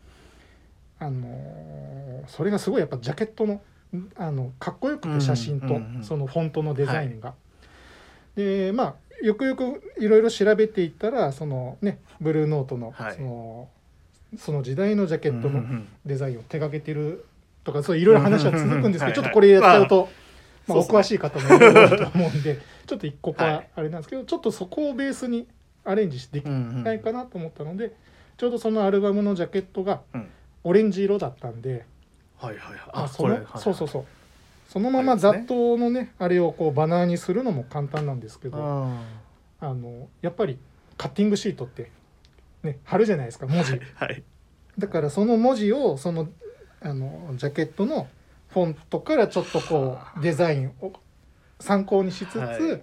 S2: あのーそれがすごいやっぱジャケットのんあのかっこよくて写真と、
S1: うんうんうん
S2: そのフォントのデザインが。でまあよくよくいろいろ調べていったらそのねブルーノートの,、
S1: はい
S2: そのその時代のジャケット
S1: うんうん
S2: の
S1: うん
S2: デザインを手掛けてるとかそういろいろ話は続くんです
S1: うんうんうん
S2: けど、ちょっとこれやっちゃうと、
S1: まあ
S2: まあ、お
S1: そう
S2: 詳
S1: っ
S2: しい方もいると思うんで ちょっと一個
S1: は
S2: か
S1: い
S2: あれなんですけど、ちょっとそこをベースにアレンジしてでき
S1: うんうん
S2: ないかなと思ったので、ちょうどそのアルバムのジャケットが
S1: うん
S2: オレンジ色だったんで、
S1: はいはいはい
S2: まあその
S1: これはい
S2: そうそうそうそのまま雑踏のねあれをこうバナーにするのも簡単なんですけど、
S1: あ
S2: あのやっぱりカッティングシートって、ね、貼るじゃないですか文字。
S1: ーはい
S2: だからその文字をそのあのジャケットのフォントからちょっとこうデザインを参考にしつつ、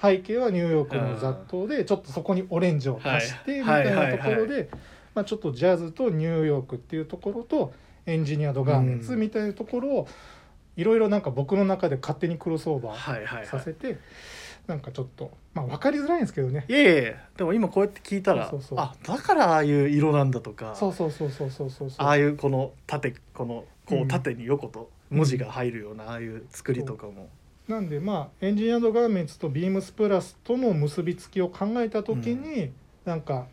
S2: 背景はニューヨークの雑踏でちょっとそこにオレンジを足してみたいなとこ
S1: はいは
S2: ろ
S1: いは
S2: でまあちょっとジャズとニューヨークっていうところとエンジニアドガーメンツみたいなところをいろいろなんか僕の中で勝手にクロスオーバー
S1: はいはいは
S2: さ
S1: い
S2: せてなんかちょっとまあ分かりづらいんですけどね
S1: いえいえでも今こうやって聞いたら
S2: そうそうそう
S1: あだからああいう色なんだとか
S2: そうそうそうそうそうそうそう
S1: ああいうこの縦このこ
S2: う
S1: うん縦に横と文字が入るようなああいう作りとかも、
S2: なんでまあエンジニアードガーメンツとビームスプラスとの結びつきを考えた時に、なんか、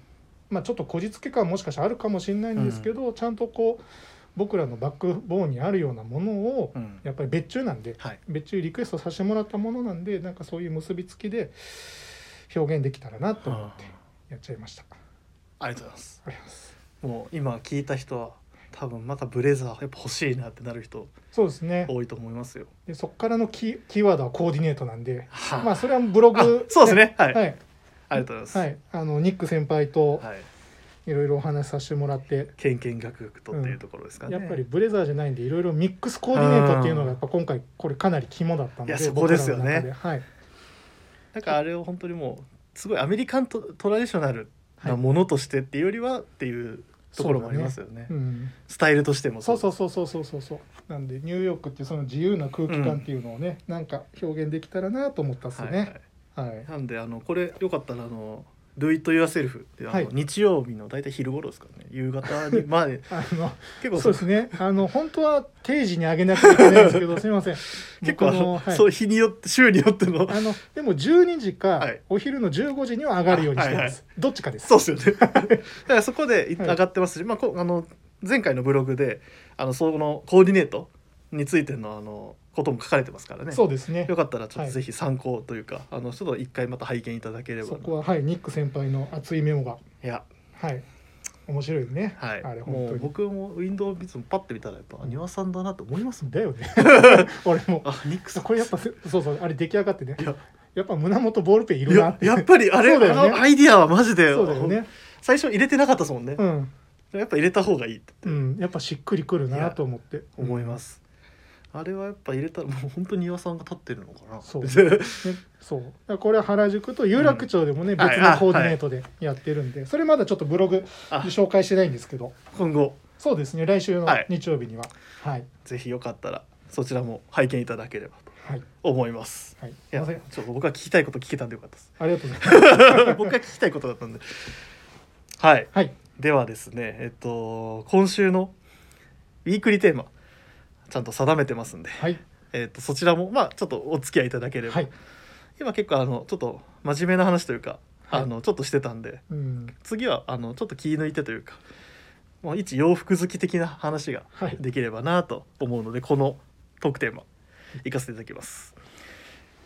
S2: まあ、ちょっとこじつけ感もしかしたらあるかもしれないんですけど、ちゃんとこう僕らのバックボーンにあるようなものを、
S1: うん
S2: やっぱり別注なんで
S1: はい
S2: 別注リクエストさせてもらったものなんでなんかそういう結びつきで表現できたらなと思ってやっちゃいました。
S1: ありがとうございます
S2: ありがとうござい
S1: も
S2: ます
S1: う今聞いた人は多分またブレザーやっぱ欲しいなってなる人
S2: そうですね
S1: 多いと思いますよ。
S2: でそこからのキーキーワードはコーディネートなんで、
S1: はい
S2: まあそれはブロ
S1: あ
S2: グ
S1: そうですねはい、
S2: はい
S1: ありがとうござ
S2: はいい、あのニック先輩と、
S1: ます。はい
S2: いろいろお話しさせてもらって、
S1: けんけんがくがくとっていうところですかね。
S2: やっぱりブレザーじゃないんでいろいろミックスコーディネートっていうのがやっぱ今回これかなり肝だったので
S1: いやそこですよね
S2: 僕らの中ではい、
S1: なんかあれを本当にもうすごいアメリカントトラディショナル
S2: はい
S1: なものとしてっていうよりはっていうところもありますよね。
S2: うん、
S1: スタイルとしても
S2: そうそううそうそうそうそうそうなんでニューヨークっていうその自由な空気感っていうのをね、なんか表現できたらなと思ったっす
S1: はいはい
S2: ね、はい
S1: なんであのこれよかったらあの「Do It Yourself」ってあの、
S2: はい
S1: 日曜日の大体昼頃ですからね夕方にまあ 結
S2: あの
S1: 構
S2: そうですねあの本当は定時に上げなきゃいけないんですけどすみません
S1: 結構あ
S2: 僕
S1: の、
S2: はい
S1: そう日によって週によっての
S2: あのでも12時か
S1: はい
S2: お昼の15時には上がるようにしてま
S1: は
S2: す、
S1: いはい
S2: どっちかです
S1: そうですよ ねだからそこでい
S2: は
S1: 上
S2: い
S1: がってますし、まあ、こあの前回のブログであのそのコーディネートについてのあのことも書かれてますからね
S2: そうですね
S1: よかったらちょっ
S2: は
S1: と
S2: い
S1: ぜひ参考というか、あのちょっと一回また拝見いただければ
S2: そこははいニック先輩の熱いメモが
S1: いや
S2: はい。面白いね。
S1: はい
S2: あれ本
S1: も
S2: 当
S1: う
S2: に。
S1: 僕もウィンドウビズもパッて見たらやっぱ庭さんだなと思いますもん
S2: だ よね。俺も。
S1: あニックさん
S2: これやっぱせそうそうあれ出来上がってね
S1: いや。
S2: やっぱ胸元ボールペンい
S1: い
S2: るなっ
S1: や
S2: て。
S1: やっぱりあれ、
S2: そうだよね
S1: あのアイディアはマジで
S2: そうだよね。
S1: 最初入れてなかったですもんね、
S2: うん。
S1: やっぱ入れた方がいいって
S2: うん。やっぱしっくりくる
S1: いや
S2: なと思って。
S1: 思います、あれはやっぱ入れたらもう本当に庭さんが立ってるのかな
S2: そう
S1: は
S2: ね。そう。だからこれは原宿と有楽町でもね、
S1: ん
S2: 別
S1: はいあ
S2: のコーディネートでやってるんで、それまだちょっとブログ
S1: あ
S2: で紹介してないんですけど。
S1: 今後
S2: そうですね来週の
S1: はい
S2: 日曜日にははい
S1: ぜひよかったらそちらも拝見いただければと
S2: はい
S1: 思います。
S2: はい
S1: いや
S2: ま
S1: ち
S2: さ
S1: ょ
S2: か
S1: っと僕は聞きたいこと聞けたんでよかったです。
S2: ありがとうございます
S1: 僕が聞きたいことだったんで。はい。
S2: はい
S1: ではですね、えっと今週のウィークリーテーマちゃんと定めてますんで、
S2: はい
S1: えっとそちらもまあちょっとお付き合いいただければ。
S2: はい
S1: 今結構あのちょっと真面目な話というか、
S2: はい
S1: あのちょっとしてたんで、
S2: うん
S1: 次はあのちょっと気抜いてというか、もう一洋服好き的な話が
S2: はい
S1: できればなと思うのでこのトークテーマいかせていただきます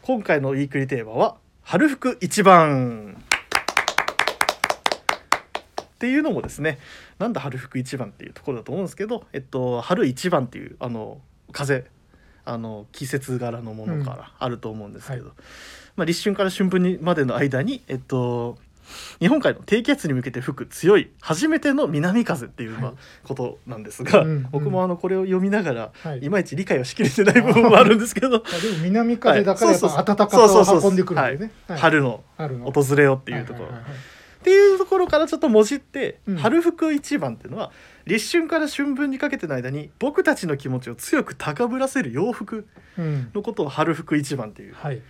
S1: 今回のウィークリーテーマは春服一番っていうのもですねなんだ春服一番っていうところだと思うんですけど、えっと、春一番っていうあの風あの季節柄のものからあると思うんですけど、
S2: は
S1: まあ、立春から春分にまでの間に、えっと、日本海の低気圧に向けて吹く強い初めての南風っていう、まあ
S2: はい
S1: ことなんですが、
S2: うんうん
S1: 僕もあのこれを読みながら、
S2: はい
S1: いまいち理解をしきれてない部分もあるんですけど、
S2: まあでも南風だからやっぱ暖かさ
S1: そうそう
S2: を
S1: そう
S2: 運んでくるんだよね。 はい
S1: 春の
S2: 春の
S1: 訪れよっていうところ、っていうところからちょっともじって、
S2: うん
S1: 春服一番っていうのは立春から春分にかけての間に僕たちの気持ちを強く高ぶらせる洋服
S2: うん
S1: のことを春服一番っていう
S2: はい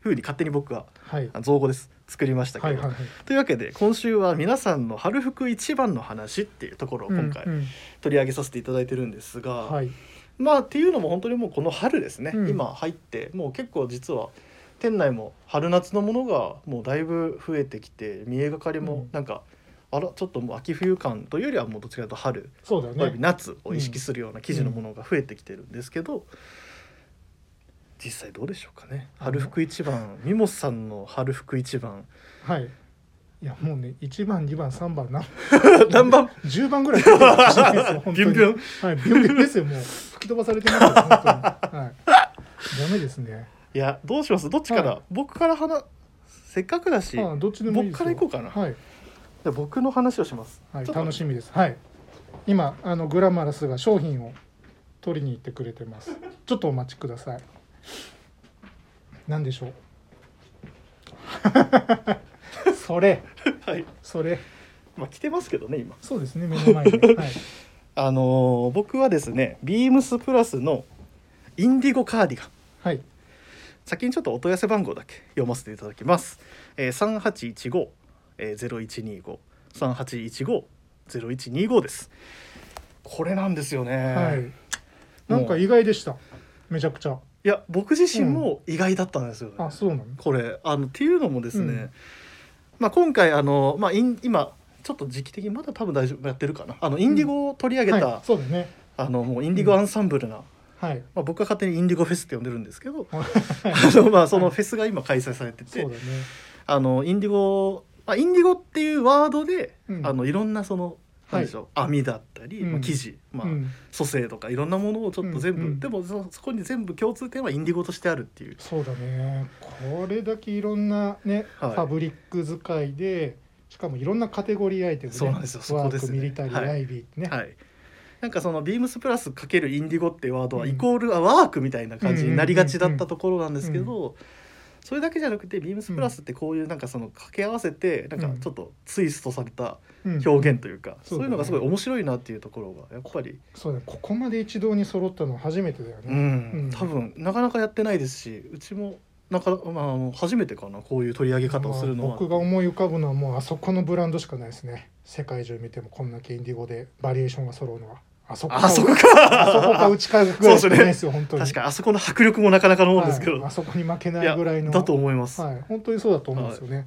S1: ふうに勝手に僕は
S2: はい
S1: あ造語です作りましたけ
S2: は
S1: ど、
S2: いはいはい。
S1: というわけで今週は皆さんの春服一番の話っていうところを今回
S2: うんうん
S1: 取り上げさせていただいてるんですが、
S2: はい
S1: まあっていうのも本当にもうこの春ですね、
S2: うん
S1: 今入ってもう結構実は店内も春夏のものがもうだいぶ増えてきて見えがかり
S2: う
S1: も
S2: ん
S1: なんか、あらちょっともう秋冬感というよりはもうどっちかというと春
S2: そうだよ
S1: および
S2: ね。
S1: 夏を意識するような生地のものが増えてきてるんですけど、実際どうでしょうかね春服一番ミモスさんの春服一番
S2: はい。いやもうね一番二番三番な
S1: 何番
S2: 十番ぐらい出てるかもしれないですよ本当
S1: ビュ
S2: に
S1: ンビュン
S2: はいビュンビュンですよもう吹き飛ばされてますよ本当にはいダメですね。
S1: いやどうしますどっちから、
S2: は
S1: 僕から話せっかくだし、
S2: あどっちでもいいです
S1: 僕か
S2: よ。
S1: ら行こうか
S2: はい
S1: じゃあ僕の話をします、
S2: はい
S1: ちょっと
S2: 楽しみです。はい今あのグラマラスが商品を取りに行ってくれてます。ちょっとお待ちください。なんでしょう。 それ
S1: はい
S2: それ
S1: まあ着てますけどね今
S2: そうですね目の前 にはい。
S1: あのー僕はですねビームスプラスのインディゴカーディガン
S2: はい
S1: 先にちょっとお問い合わせ番号だけ読ませていただきます、えー、3815-0125-3815-0125ですこれなんですよね、、
S2: はいい。なんか意外でした。めちゃくちゃ。
S1: や僕自身も意外だったんですよね、
S2: あ、そうなの。
S1: これあのっていうのもですね、
S2: うん
S1: まあ、今回あの、まあ、イン今ちょっと時期的にまだ多分大丈夫やってるかなあのインディゴを取り上げた、
S2: はい、そうだね。
S1: あのもうインディゴアンサンブルな、
S2: はい。
S1: まあ、僕は勝手にインディゴフェスって呼んでるんですけど
S2: そ
S1: あの、まあ、そのフェスが今開催されて
S2: う
S1: て、
S2: だね。
S1: あのインディゴ、まあ、インディゴっていうワードで、
S2: うん
S1: あのいろんなその
S2: は
S1: 何
S2: い
S1: でしょう、網だったり、ま
S2: う
S1: あ、
S2: ん
S1: 生地、まあ
S2: うん、
S1: 蘇生とかいろんなものをちょっと全部、
S2: うんうん
S1: でもそそこに全部共通点はインディゴとしてあるっていう。
S2: そうだね。これだけいろんなね、
S1: はい
S2: ファブリック使いで。しかもいろんなカテゴリーアイテム、ね。
S1: そうなんですよそ
S2: ワ
S1: こ
S2: ー
S1: です
S2: ク、
S1: ね
S2: ミリタリー、
S1: はい
S2: ライビーってね。
S1: はいなんかそのビームスプラスかけるインディゴってワードは
S2: うん
S1: イコールはワークみたいな感じになりがちだったところなんですけ
S2: う
S1: どそれだけじゃなくてビームスプラスってこういうなんかその掛け合わせてなんかちょっとツイストされた
S2: うん
S1: 表現というか
S2: そ
S1: そう
S2: だね
S1: ういうのがすごい面白いなっていうところがやっぱり
S2: そうだね。ここまで一堂に揃ったのは初めてだよ
S1: う
S2: ね。うん
S1: ん多分なかなかやってないですしうちもなかなかまああの初めてかなこういう取り上げ方をするの
S2: まあ
S1: は
S2: 僕が思い浮かぶのはもうあそこのブランドしかないですね世界中見てもこんだけインディゴでバリエーションが揃うのはあそこか
S1: あそこ
S2: あそこ か
S1: か
S2: 打ちかぐらいしかないですよ、本当に。
S1: 確かにあそこの迫力もなかなかのもんですけ
S2: はい
S1: ど
S2: あそこに負け
S1: い
S2: ない
S1: や
S2: ぐらいの。
S1: だと思います
S2: はい、本当にそうだと思うんですよね。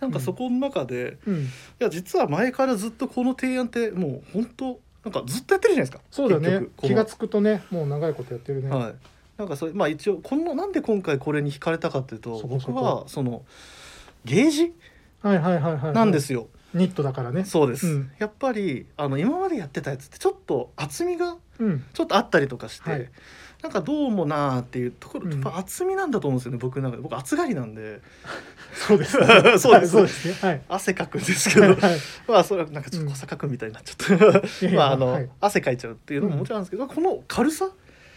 S1: なんかそこの中で
S2: うん、
S1: いや実は前からずっとこの提案ってもう本当なんかずっとやってるじゃないですか
S2: そうだ
S1: 結
S2: ね
S1: 局。この
S2: 気がつくとね、もう長いことやってるね。
S1: はいなんかそれまあ一応このなんで今回これに惹かれたかっていうと
S2: そこそこ
S1: 僕はそのゲージ
S2: はい、はい、はい、はい。
S1: なんで。すよ、
S2: ニットだからね。
S1: そうです、
S2: うん
S1: やっぱりあの今までやってたやつってちょっと厚みが
S2: うん。
S1: ちょっとあったりとかして、
S2: はい
S1: なんかどうもなーっていうところ、
S2: うん
S1: やっぱ厚みなんだと思うんですよね僕の中で僕厚がりなんで
S2: そうです、
S1: そう
S2: はい
S1: です
S2: そうですね。はい。
S1: 汗かくんですけ
S2: はい
S1: ど
S2: はい
S1: まあそれはなんかちょっと小坂君みたいになっちゃった、
S2: いやいや
S1: まああの、
S2: はい
S1: 汗かいちゃうっていうのももちろんなんですけど、この軽さ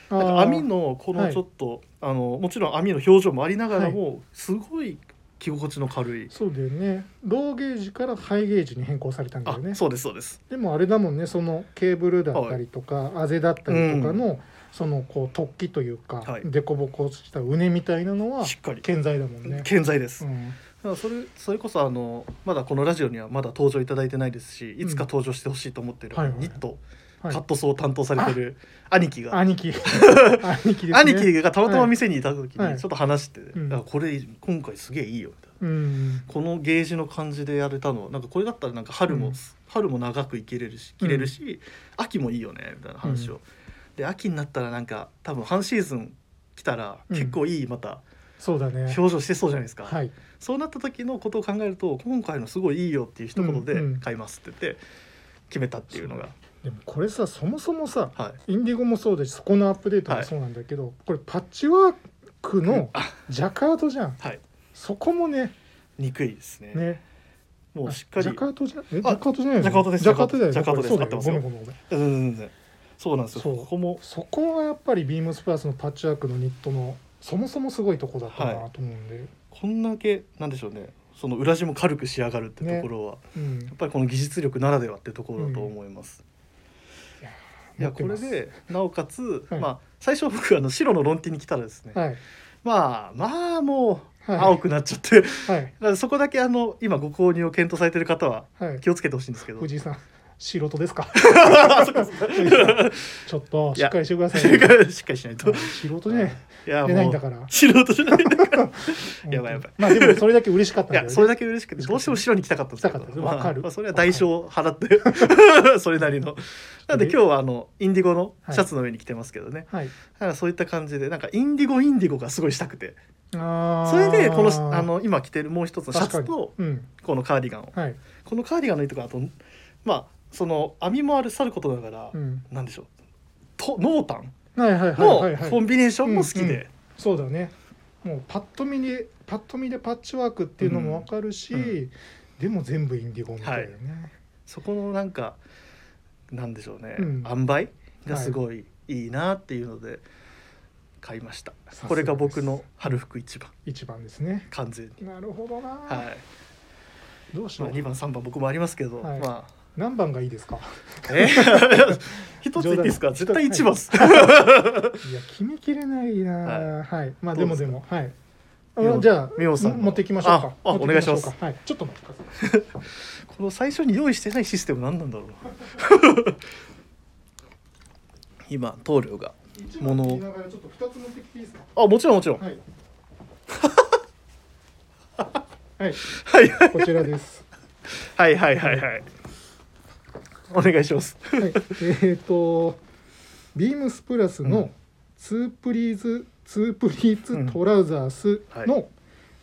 S2: あ
S1: なん
S2: ー
S1: か網のこのちょっと、あのもちろん網の表情もありながらも、すごい着心地の軽い、
S2: そうだよねローゲージからハイゲージに変更されたんだ
S1: あ
S2: よね
S1: そうですそうです
S2: でもあれだもんねそのケーブルだったりとか、あぜだったりとかの、そのこう突起というか、
S1: はい
S2: 凸凹したうねみたいなのは
S1: しっかり
S2: 健在だもんね。
S1: 健在です、
S2: うん
S1: だからそれそれこそあのまだこのラジオにはまだ登場いただいてないですしいつか登場してほしいと思ってる、
S2: はいはい
S1: ニットカ
S2: は
S1: ッ
S2: い、
S1: トソーを担当されてる兄貴が、
S2: 兄貴兄貴ですね。
S1: 兄貴がたまたま店にいた時
S2: は
S1: に
S2: い
S1: ちょっと話して、
S2: うん
S1: あこれ今回すげえいいよみたいな
S2: うん
S1: このゲージの感じでやれたのはなんかこれだったらなんか春も、
S2: うん
S1: 春も長く生きれるし着れるし、秋もいいよねみたいな話を、
S2: う
S1: で秋になったらなんか多分半シーズン来たら
S2: うん
S1: 結構いいまた
S2: そうだね。
S1: 表情してそうじゃないですか、
S2: はい、
S1: そうなった時のことを考えると今回のすごいいいよっていう一言で
S2: うんうん
S1: 買いますって言って決めたっていうのが、
S2: でもこれさそもそもさ
S1: はい
S2: インディゴもそうだしそこのアップデートもそうなんだけど、これパッチワークの
S1: あ
S2: ジャカードじゃん
S1: はい
S2: そこもね
S1: 憎いですね
S2: ね
S1: もうしっか
S2: ジ
S1: り
S2: ャカードじゃえジ
S1: あ
S2: ャカードじゃないよね
S1: ジャカードです
S2: ジャカードだよね
S1: ジャカードです
S2: そうだよ
S1: 合ってます
S2: ごめ
S1: よ
S2: んごめんごめん
S1: 全然全然そうなんですよ
S2: そう
S1: ここも
S2: そこはやっぱりビームスプラスのパッチワークのニットのそもそもすごいとこだった
S1: は
S2: ないと思うんで、
S1: こんだけなんでしょうねその裏地も軽く仕上がるってところは、
S2: うん
S1: やっぱりこの技術力ならではってところだと思います。いや
S2: 持って
S1: こ
S2: ま
S1: れ
S2: す
S1: でなおかつ、
S2: はい
S1: まあ最初僕あの白のロンティに来たらですね、
S2: はい
S1: まあまあもう
S2: はい
S1: 青くなっちゃって、だ
S2: はい
S1: からそこだけあの今ご購入を検討されてる方は
S2: はい
S1: 気をつけてほしいん ですけど。
S2: 藤井さん素人で すか
S1: そっかそっか
S2: 藤井さんちょっと
S1: い
S2: し
S1: や
S2: っかりしてください
S1: しっ
S2: ね、
S1: かりしっかりしないと。
S2: はいい素人じゃない
S1: や
S2: 出ない
S1: も
S2: ん
S1: う
S2: だから
S1: 素人じゃないんだ から。 やばいやばい
S2: まあでもそれだけ嬉しかったん
S1: い
S2: だよ
S1: や
S2: ね。
S1: それだけ嬉しくてどうしても白に来たかったんですけ
S2: 来たか
S1: ど、
S2: った
S1: まあ
S2: わかる
S1: まあそれは代償を払って それなりの。なんで今日はあのインディゴのシャツの上に着てますけどね。
S2: はい。
S1: だからそういった感じでなんかインディゴインディゴがすごいしたくて
S2: あ
S1: それでこのあの今着てるもう一つのシャツと
S2: 確かにうん、
S1: このカーディガンを
S2: はい、
S1: このカーディガンのいいとこあとまあその編みもあるさることながら、
S2: うん、
S1: なんでしょうと濃淡
S2: はいはいはいはい
S1: の
S2: はい
S1: コンビネーションも好き
S2: うんう
S1: で、
S2: そうだね。もうパッと見でパッと見でパッチワークっていうのもわかるし、
S1: うんうん
S2: でも全部インディゴみたいなね。
S1: そこのなんかなんでしょうね、
S2: うん
S1: 塩梅がすごいいいなっていうので買いました、
S2: さすが
S1: これが僕
S2: で
S1: の
S2: す
S1: 春服一番
S2: 一番ですね。
S1: 完全に。
S2: なるほどな。
S1: はい
S2: どうし
S1: ま
S2: よ
S1: あ、
S2: う。
S1: 2番3番僕もありますけど、
S2: はい
S1: ま あ
S2: 何番がい いですか。
S1: え一つ言っていいですか絶対一番っす、
S2: いや決めきれないな。はい。まあ
S1: ど
S2: で
S1: うで
S2: も
S1: す
S2: で
S1: か
S2: もはい。
S1: み
S2: あ
S1: お
S2: じゃあ
S1: みおさんの
S2: 持ってきましょうか。
S1: ああ
S2: 持ってきしょう
S1: お願いしま
S2: か。はい。ちょっと待ってください。
S1: この最初に用意してないシステム何なんだろうな 今棟梁が
S2: ものを。ちょっと二つ持ってきていいですか。
S1: あもちろんもちろん、
S2: はい。 はい、
S1: はい、はい
S2: こちらです。
S1: はいはいはいはいお願いします
S2: はい、えっ、と、ビームスプラス
S1: うん
S2: のツープリーズ、ツープリーズトラウザース
S1: うん
S2: の、
S1: は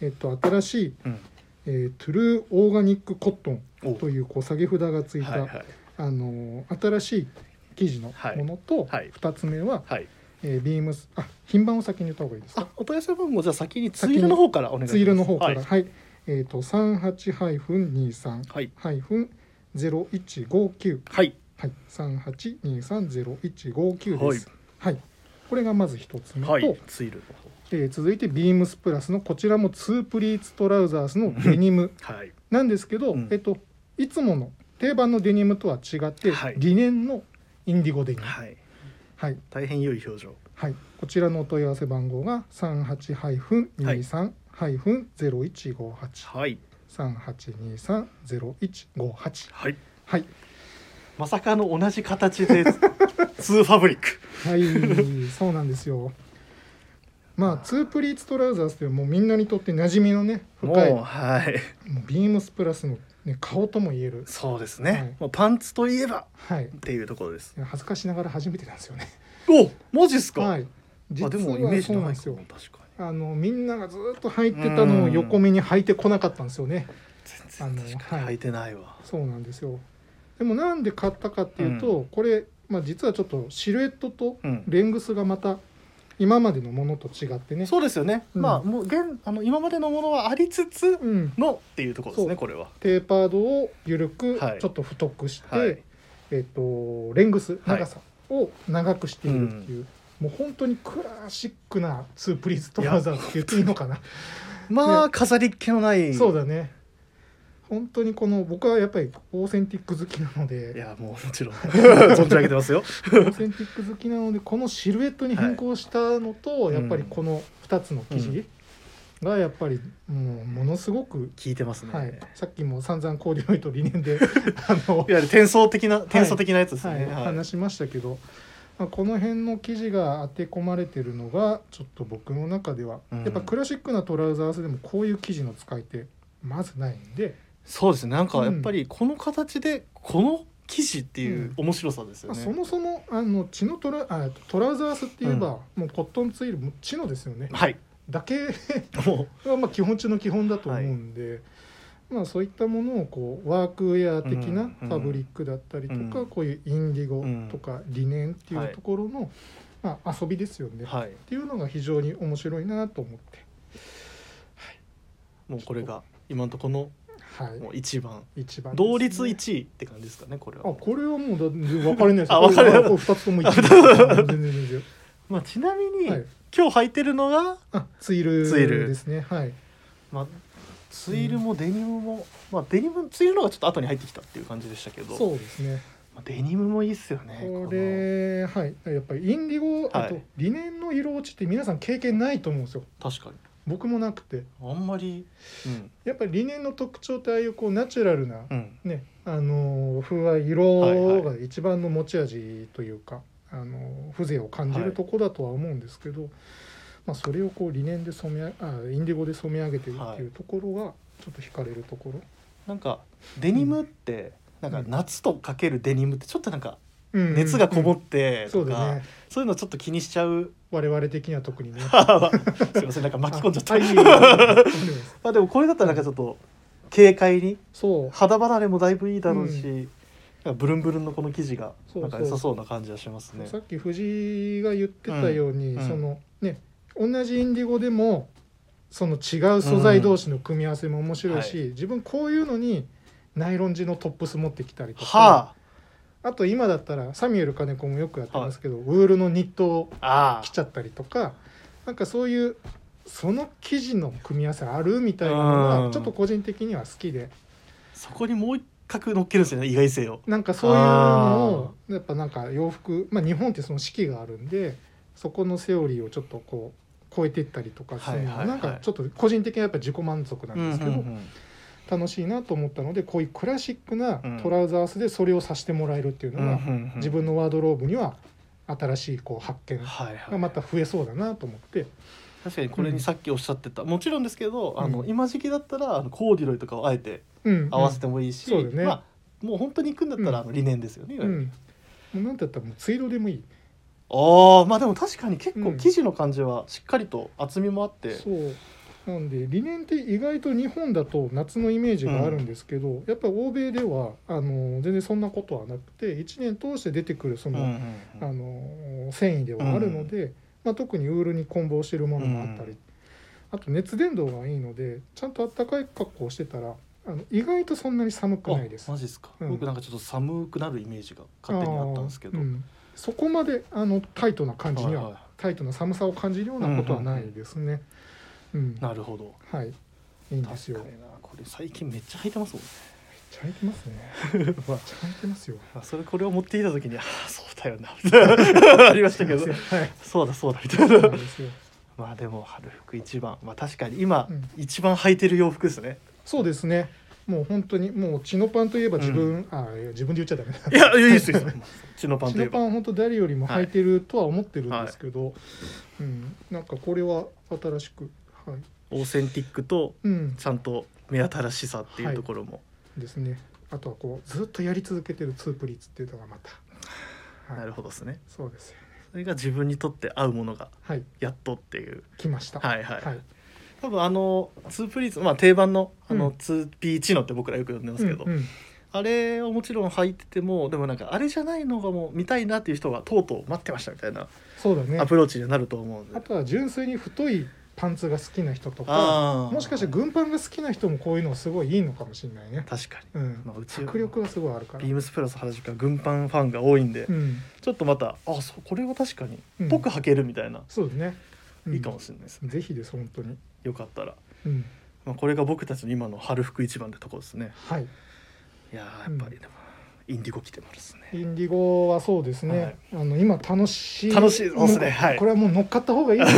S2: えっ、と新しい、
S1: うん
S2: えートゥルーオーガニックコット
S1: お
S2: ンというこう下げ札がついた、
S1: はいはい
S2: あのー新しい生地のものと、
S1: はいはい
S2: 2つ目は、
S1: はい
S2: えービームスあ品番を先に言った方がいいですか
S1: あお問い合わせ番号じゃあ先にツイールの方からお願いします
S2: ツイールの方から、
S1: は
S2: はいい、えっ、ー、と三八ハイフン二三
S1: はい、
S2: ハイフンゼロ一五九
S1: はい
S2: はい三八二三ゼロ一五九です。はい、これがまず一つ目と、
S1: はいツイール
S2: えー続いてビームスプラスのこちらもツープリーツトラウザースのデニム
S1: はい
S2: なんですけど、
S1: うん
S2: えっといつもの定番のデニムとは違って、
S1: はい
S2: リネンのインディゴデニム。
S1: はい
S2: はい
S1: 大変良い表情
S2: はい、こちらのお問い合わせ番号が三八ハイフン二三ハイフンゼロ一五八。
S1: はい
S2: 三八二三ゼロ一五八。
S1: はい
S2: はい。
S1: まさかの同じ形で ツーファブリック
S2: はい、そうなんですよ。まあ、ツープリーツトラウザーズというもうみんなにとって馴染みのね
S1: も
S2: 深
S1: う
S2: いも
S1: はいう
S2: ビームスプラスの、ね、顔とも言える
S1: そうですね、
S2: はい
S1: もうパンツといえば
S2: はいい
S1: っていうところです
S2: や恥ずかしながら初めてなんですよね
S1: おマジっすか、
S2: はい実
S1: あでもイメー
S2: は
S1: ジ
S2: そう
S1: な
S2: なん
S1: い
S2: で
S1: か
S2: すよ
S1: も確かに
S2: あのみんながずっと履いてたのを横目に履いてこなかったんですよねあ
S1: 全
S2: の
S1: 然確かに
S2: はい
S1: 履いてないわ、
S2: そうなんですよでもなんで買ったかっていうと、これ、まあ、実はちょっとシルエットと
S1: うん
S2: レングスがまた今までのものと違ってね
S1: そうですよね、
S2: うん
S1: まあもう現あの今までのものはありつつ
S2: うん、
S1: のっていうところです
S2: そ
S1: ね
S2: う
S1: これは
S2: テーパードを緩く
S1: はい
S2: ちょっと太くして、
S1: はい
S2: えっとレングス長さを長くしてい るっていう、もう本当にクラシックなツープリーズトラウザーズって言っていいのかな
S1: まあ飾りっ気のない
S2: そうだね本当にこの僕はやっぱりオーセンティック好きなの
S1: い
S2: で
S1: やもうもちろん 存じ上げてますよ
S2: オーセンティック好きなのでこのシルエットに変更したのと、
S1: はい
S2: やっぱりこの2つの生地がやっぱりもうものすごく、
S1: 聞いてますね、、
S2: はいい、さっきも散々コーディネート理 念であの、
S1: わゆる転送的な転送的なやつです
S2: は
S1: ね、
S2: い、
S1: はい
S2: 話しましたけど、まあ、この辺の生地が当て込まれてるのがちょっと僕の中では、
S1: うん
S2: やっぱクラシックなトラウザースでもこういう生地の使い手まずないんで。
S1: そうですねなんかやっぱりこの形でこの生地っていう面白さですよ
S2: まあ、
S1: ね、
S2: そもそもあの血のトラあトラウザースって言えば、もうコットンツイルもう血のですよね
S1: はい
S2: だけ
S1: も
S2: はまあ基本中の基本だと思うんで、まあ、そういったものをこうワークウェア的な
S1: うん
S2: ファブリックだったりと
S1: う
S2: か、
S1: ん
S2: こういうインディゴとかリネンっていうところの、まあ、遊びですよね、
S1: う
S2: っ
S1: はい
S2: ていうのが非常に面白いなと思って、
S1: もうこれが今のところ
S2: は
S1: のもう一番
S2: い、一番ですね、
S1: 同率1位って感じですかねこれ
S2: あ
S1: は、
S2: これはもうだ分かれないです
S1: あ分かれない
S2: こ2つとも一番全然全然
S1: まあ、ちなみに、
S2: はい
S1: 今日履いてるのが、
S2: あツイル
S1: ツイル
S2: ですねはい
S1: まあ、ツイルもデニムも、まあ、デニムツイルの方がちょっと後に入ってきたっていう感じでしたけど
S2: そうですね
S1: まあ、デニムもいいっすよね
S2: これはいやっぱりインディゴ、
S1: はい
S2: あとリネンの色落ちって皆さん経験ないと思うんですよ
S1: この確かに
S2: 僕もなくて
S1: あんまりうん
S2: やっぱりリネンの特徴ってああいうこうナチュラルな、
S1: うん
S2: ねあのー風合い
S1: はい
S2: 色
S1: は
S2: が一番の持ち味というか、あのー風情を感じ
S1: はい
S2: るとこだとは思うんですけど、まあ、それをこうリネンで染めああインディゴで染め上げてる
S1: はい
S2: っていうところがちょっと惹かれるところ、
S1: なんかデニムって、なんか夏とかけるデニムってちょっとなんか
S2: うん
S1: 熱がこも
S2: っ
S1: って
S2: そ
S1: と
S2: う
S1: か、
S2: だね
S1: そういうのちょっと気にしちゃう
S2: 我々的には特にね
S1: すいませんなんか 巻き込んじゃった
S2: あいいいいいいとんでもないです
S1: まあでもこれだったらなんかちょっと軽快に
S2: そう
S1: 肌離れもだいぶいいだろうし、
S2: う
S1: なんかブルンブルンのこの生地が
S2: そう
S1: な
S2: そうん
S1: か良さそうな感じがしますね
S2: さ。っき藤井が言ってたように、
S1: うん
S2: そのね同じインディゴでもその違う素材同士の組み合わせも面白いし、自分こういうのにナイロン地のトップス持ってきたりとか、
S1: は
S2: あと今だったらサミュエル金子もよくやってますけど、ウールのニットを
S1: あ、ああ
S2: 着ちゃったりとかなんかそういうその生地の組み合わせあるみたいなの
S1: う
S2: が
S1: ん
S2: ちょっと個人的には好きで
S1: そこにもう一角乗っけるんですよね意外性を。
S2: なんかそういうのをやっぱなんか洋服まあ日本ってその四季があるんでそこのセオリーをちょっとこう超えていったりとかする
S1: は
S2: の
S1: いは
S2: はいな
S1: はい
S2: んかちょっと個人的にはやっぱ自己満足なんですけ
S1: うん
S2: ど
S1: うんうん
S2: 楽しいなと思ったのでこういうクラシックな
S1: うん
S2: トラウザースでそれをさせてもらえるっていうのが
S1: うんうんうん
S2: 自分のワードローブには新しいこう発見
S1: はいは
S2: が
S1: い、
S2: また増えそうだなと思って
S1: 確かにこれにさっきおっしゃってた、もちろんですけど、あ
S2: う
S1: の
S2: ん
S1: 今時期だったらあのコーディロイとかをあえて
S2: うん
S1: 合わせてもいいし、
S2: うんそうだね
S1: まあ、もう本当に行くんだったら、
S2: うん
S1: あの理念ですよね、いわ
S2: う
S1: ゆる
S2: んもうなんだったらもうツイードでもいい
S1: ああまあでも確かに結
S2: う
S1: 構
S2: ん
S1: 生地の感じはしっかりと厚みもあって、
S2: そうなんで理念って意外と日本だと夏のイメージがあるんですけど、やっぱり欧米ではあの全然そんなことはなくて1年通して出てくるそ
S1: うんう
S2: の,、
S1: んうん
S2: あの繊維ではあるので、まあ、特にウールに混紡してるものもあったり、
S1: うん
S2: あと熱伝導がいいのでちゃんと暖かい格好をしてたらあの意外とそんなに寒くないです
S1: あ。マジですか、
S2: うん
S1: 僕なんかちょっと寒くなるイメージが勝手にあったんですけど、
S2: あーうんそこまであのタイトな感じには、
S1: はいは
S2: タイトな寒さを感じるようなことはないですね。うん
S1: いなるほど
S2: はいいいんです
S1: 確
S2: よ
S1: か。になこれ最近めっちゃ履いてますもんね
S2: ちゃいてますね。
S1: まあ
S2: ちゃいてますよ。
S1: まあそれこれを持ってきた時に「ああそうだよな」みたい なありましたけど
S2: はい。
S1: そうだそうだみたい
S2: そうな
S1: なん
S2: ですよ。
S1: まあでも春服一番まあ確かに今、
S2: うん
S1: 一番履いてる洋服ですね
S2: そうですね。もう本当にもうチノパンといえば自分、あいや自分で言っちゃダメだ。
S1: いやいいです よチノパン
S2: チ
S1: とい
S2: ノ
S1: え
S2: パ
S1: ば
S2: ン本当誰よりも履いてるとは思ってるんですけど、うんなんかこれは新しくはい
S1: オーセンティックと
S2: うん
S1: ちゃんと目新しさっていうところも、
S2: ですね。あとはこうずっとやり続けてるツープリッツっていうのがまた、
S1: な
S2: はい
S1: る、ほどですね
S2: そうですよね。
S1: それが自分にとって合うものが
S2: はい
S1: やっとっていう
S2: 来ました。
S1: はいはい、
S2: はい
S1: 多分あのツープリーズまあ定番のあ
S2: う
S1: の
S2: ん
S1: 2P チノって僕らよく呼んでますけど、
S2: うんうん
S1: あれをもちろん履いててもでもなんかあれじゃないのがもう見たいなっていう人はとうとう待ってましたみたいな
S2: そうだね。
S1: アプローチになると思うので、
S2: あとは純粋に太いパンツが好きな人とか
S1: あー
S2: もしかして軍パンが好きな人もこういうのすごいいいのかもしれないね、
S1: 確かに
S2: うん
S1: まあうち
S2: 迫力がすごいあるから
S1: ビームスプラス原宿は軍パンファンが多いんで、
S2: うん
S1: ちょっとまたあそうこれは確かに
S2: うん
S1: 僕履けるみたいな、
S2: そうだね、うん
S1: いいかもしれないですね、
S2: ぜひです本当に
S1: よかったら
S2: うん
S1: まあ、これが僕たちの今の春服一番ってとこですね
S2: はい、
S1: いやーやっぱりでも、インディゴ着てますね
S2: インディゴはそうですね、
S1: はい
S2: あの今楽しい
S1: 楽しいそうですねはい
S2: これはもう乗っかっ た方がいいです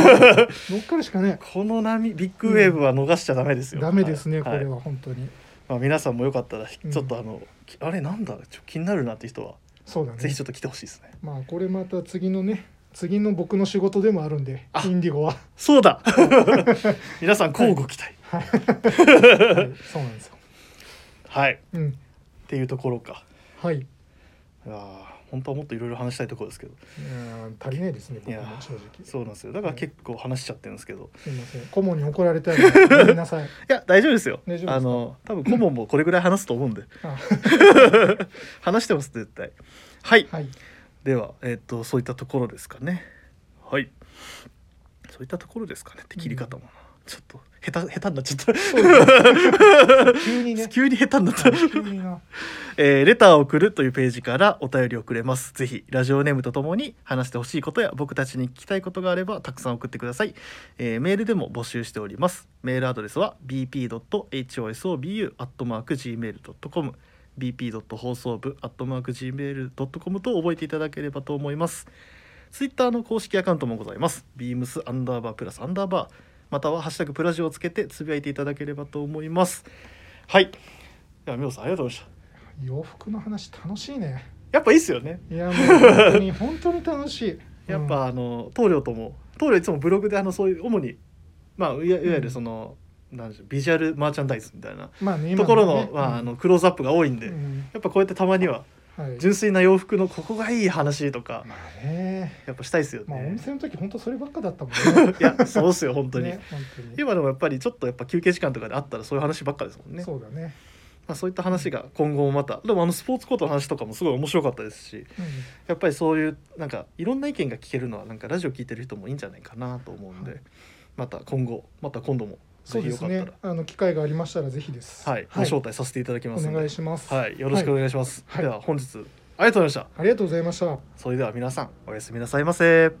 S2: よ乗っかるしかね
S1: この波ビッグウェーブは逃しちゃダメですよ、
S2: ダメですね、
S1: はい
S2: これ
S1: い
S2: は本当に
S1: まあ、皆さんもよかったらひ
S2: うん
S1: ちょっとあの、きあれなんだちょ気になるなって人は、
S2: そうだね
S1: ぜひちょっと来てほしいですね
S2: まあこれまた次のね次の僕の仕事でもあるんで
S1: あ
S2: インディゴ は、
S1: そう だ皆さん交互期待
S2: はい、そうなんですよ
S1: はい、っ
S2: うん
S1: ていうところか
S2: はいい
S1: いやー本当はもっといろいろ話したいところですけど
S2: やー足りないですね僕
S1: いや
S2: も正直
S1: そうなんですよだから結構話しちゃってるんですけど
S2: すいません顧問に怒られたらごめんな さい
S1: いや大丈夫ですよ
S2: 大丈夫ですか
S1: あの多分顧問もこれぐらい話すと思うんで
S2: あ
S1: 話してます絶対はい
S2: はい
S1: ではえっ、とそういったところですかねはいそういったところですかねって切り方もな、ちょっと下手下手になっちゃった
S2: 急にね
S1: 急に下手になった
S2: 急にな
S1: えーレターを送るというページからお便りをくれます。ぜひ、ラジオネームとともに話してほしいことや僕たちに聞きたいことがあればたくさん送ってください。えーメールでも募集しております。メールアドレスは bp.hosobu.gmail.com bp. 放送部 .gmail.com と覚えていただければと思います。ツイッターの公式アカウントもございます。beams アンダーバープラスアンダーバーまたはハッシュタグプラジオをつけてつぶやいていただければと思います。はい。では、みおさんありがとうございました。
S2: 洋服の話楽しいね
S1: やっぱいいっすよね。
S2: いやもう本 当に本当に楽しい
S1: やっぱ、あの棟梁とも棟梁いつもブログであのそういう主にまあいわいわゆるその、なんでしょうビジュアルマーチャンダイズみたいな
S2: うんまあね今
S1: ところの,、
S2: ね
S1: まあ、あ
S2: うん
S1: のクローズアップが多いんで、や
S2: うん
S1: っぱこうやってたまには
S2: はい
S1: 純粋な洋服のここがいい話とか
S2: まあね
S1: やっぱしたいっすよ
S2: まあお
S1: ね。
S2: 店の時本当そればっかだったもん ね
S1: いやそうっすよ本当に。
S2: ね本当に
S1: 今でもやっぱりちょっとやっぱ休憩時間とかであったらそういう話ばっかですもんね。
S2: そうだね、
S1: まあそういった話が今後もまたでもあのスポーツコートの話とかもすごい面白かったですし、
S2: うん
S1: やっぱりそういうなんかいろんな意見が聞けるのはなんかラジオ聞いてる人もいいんじゃないかなと思うんで、
S2: はい
S1: また今後また今度もぜ
S2: そう
S1: ひ
S2: で
S1: よ
S2: す
S1: かったら、
S2: ね。あの機会がありましたらぜひです。
S1: はい、ご招待させていただきま
S2: お
S1: すので
S2: 願いします。
S1: はい、よろしくお
S2: はい
S1: 願いします、
S2: はい
S1: では本日ありがとうございました
S2: ありがとうございました。
S1: それでは皆さんおやすみなさいませ。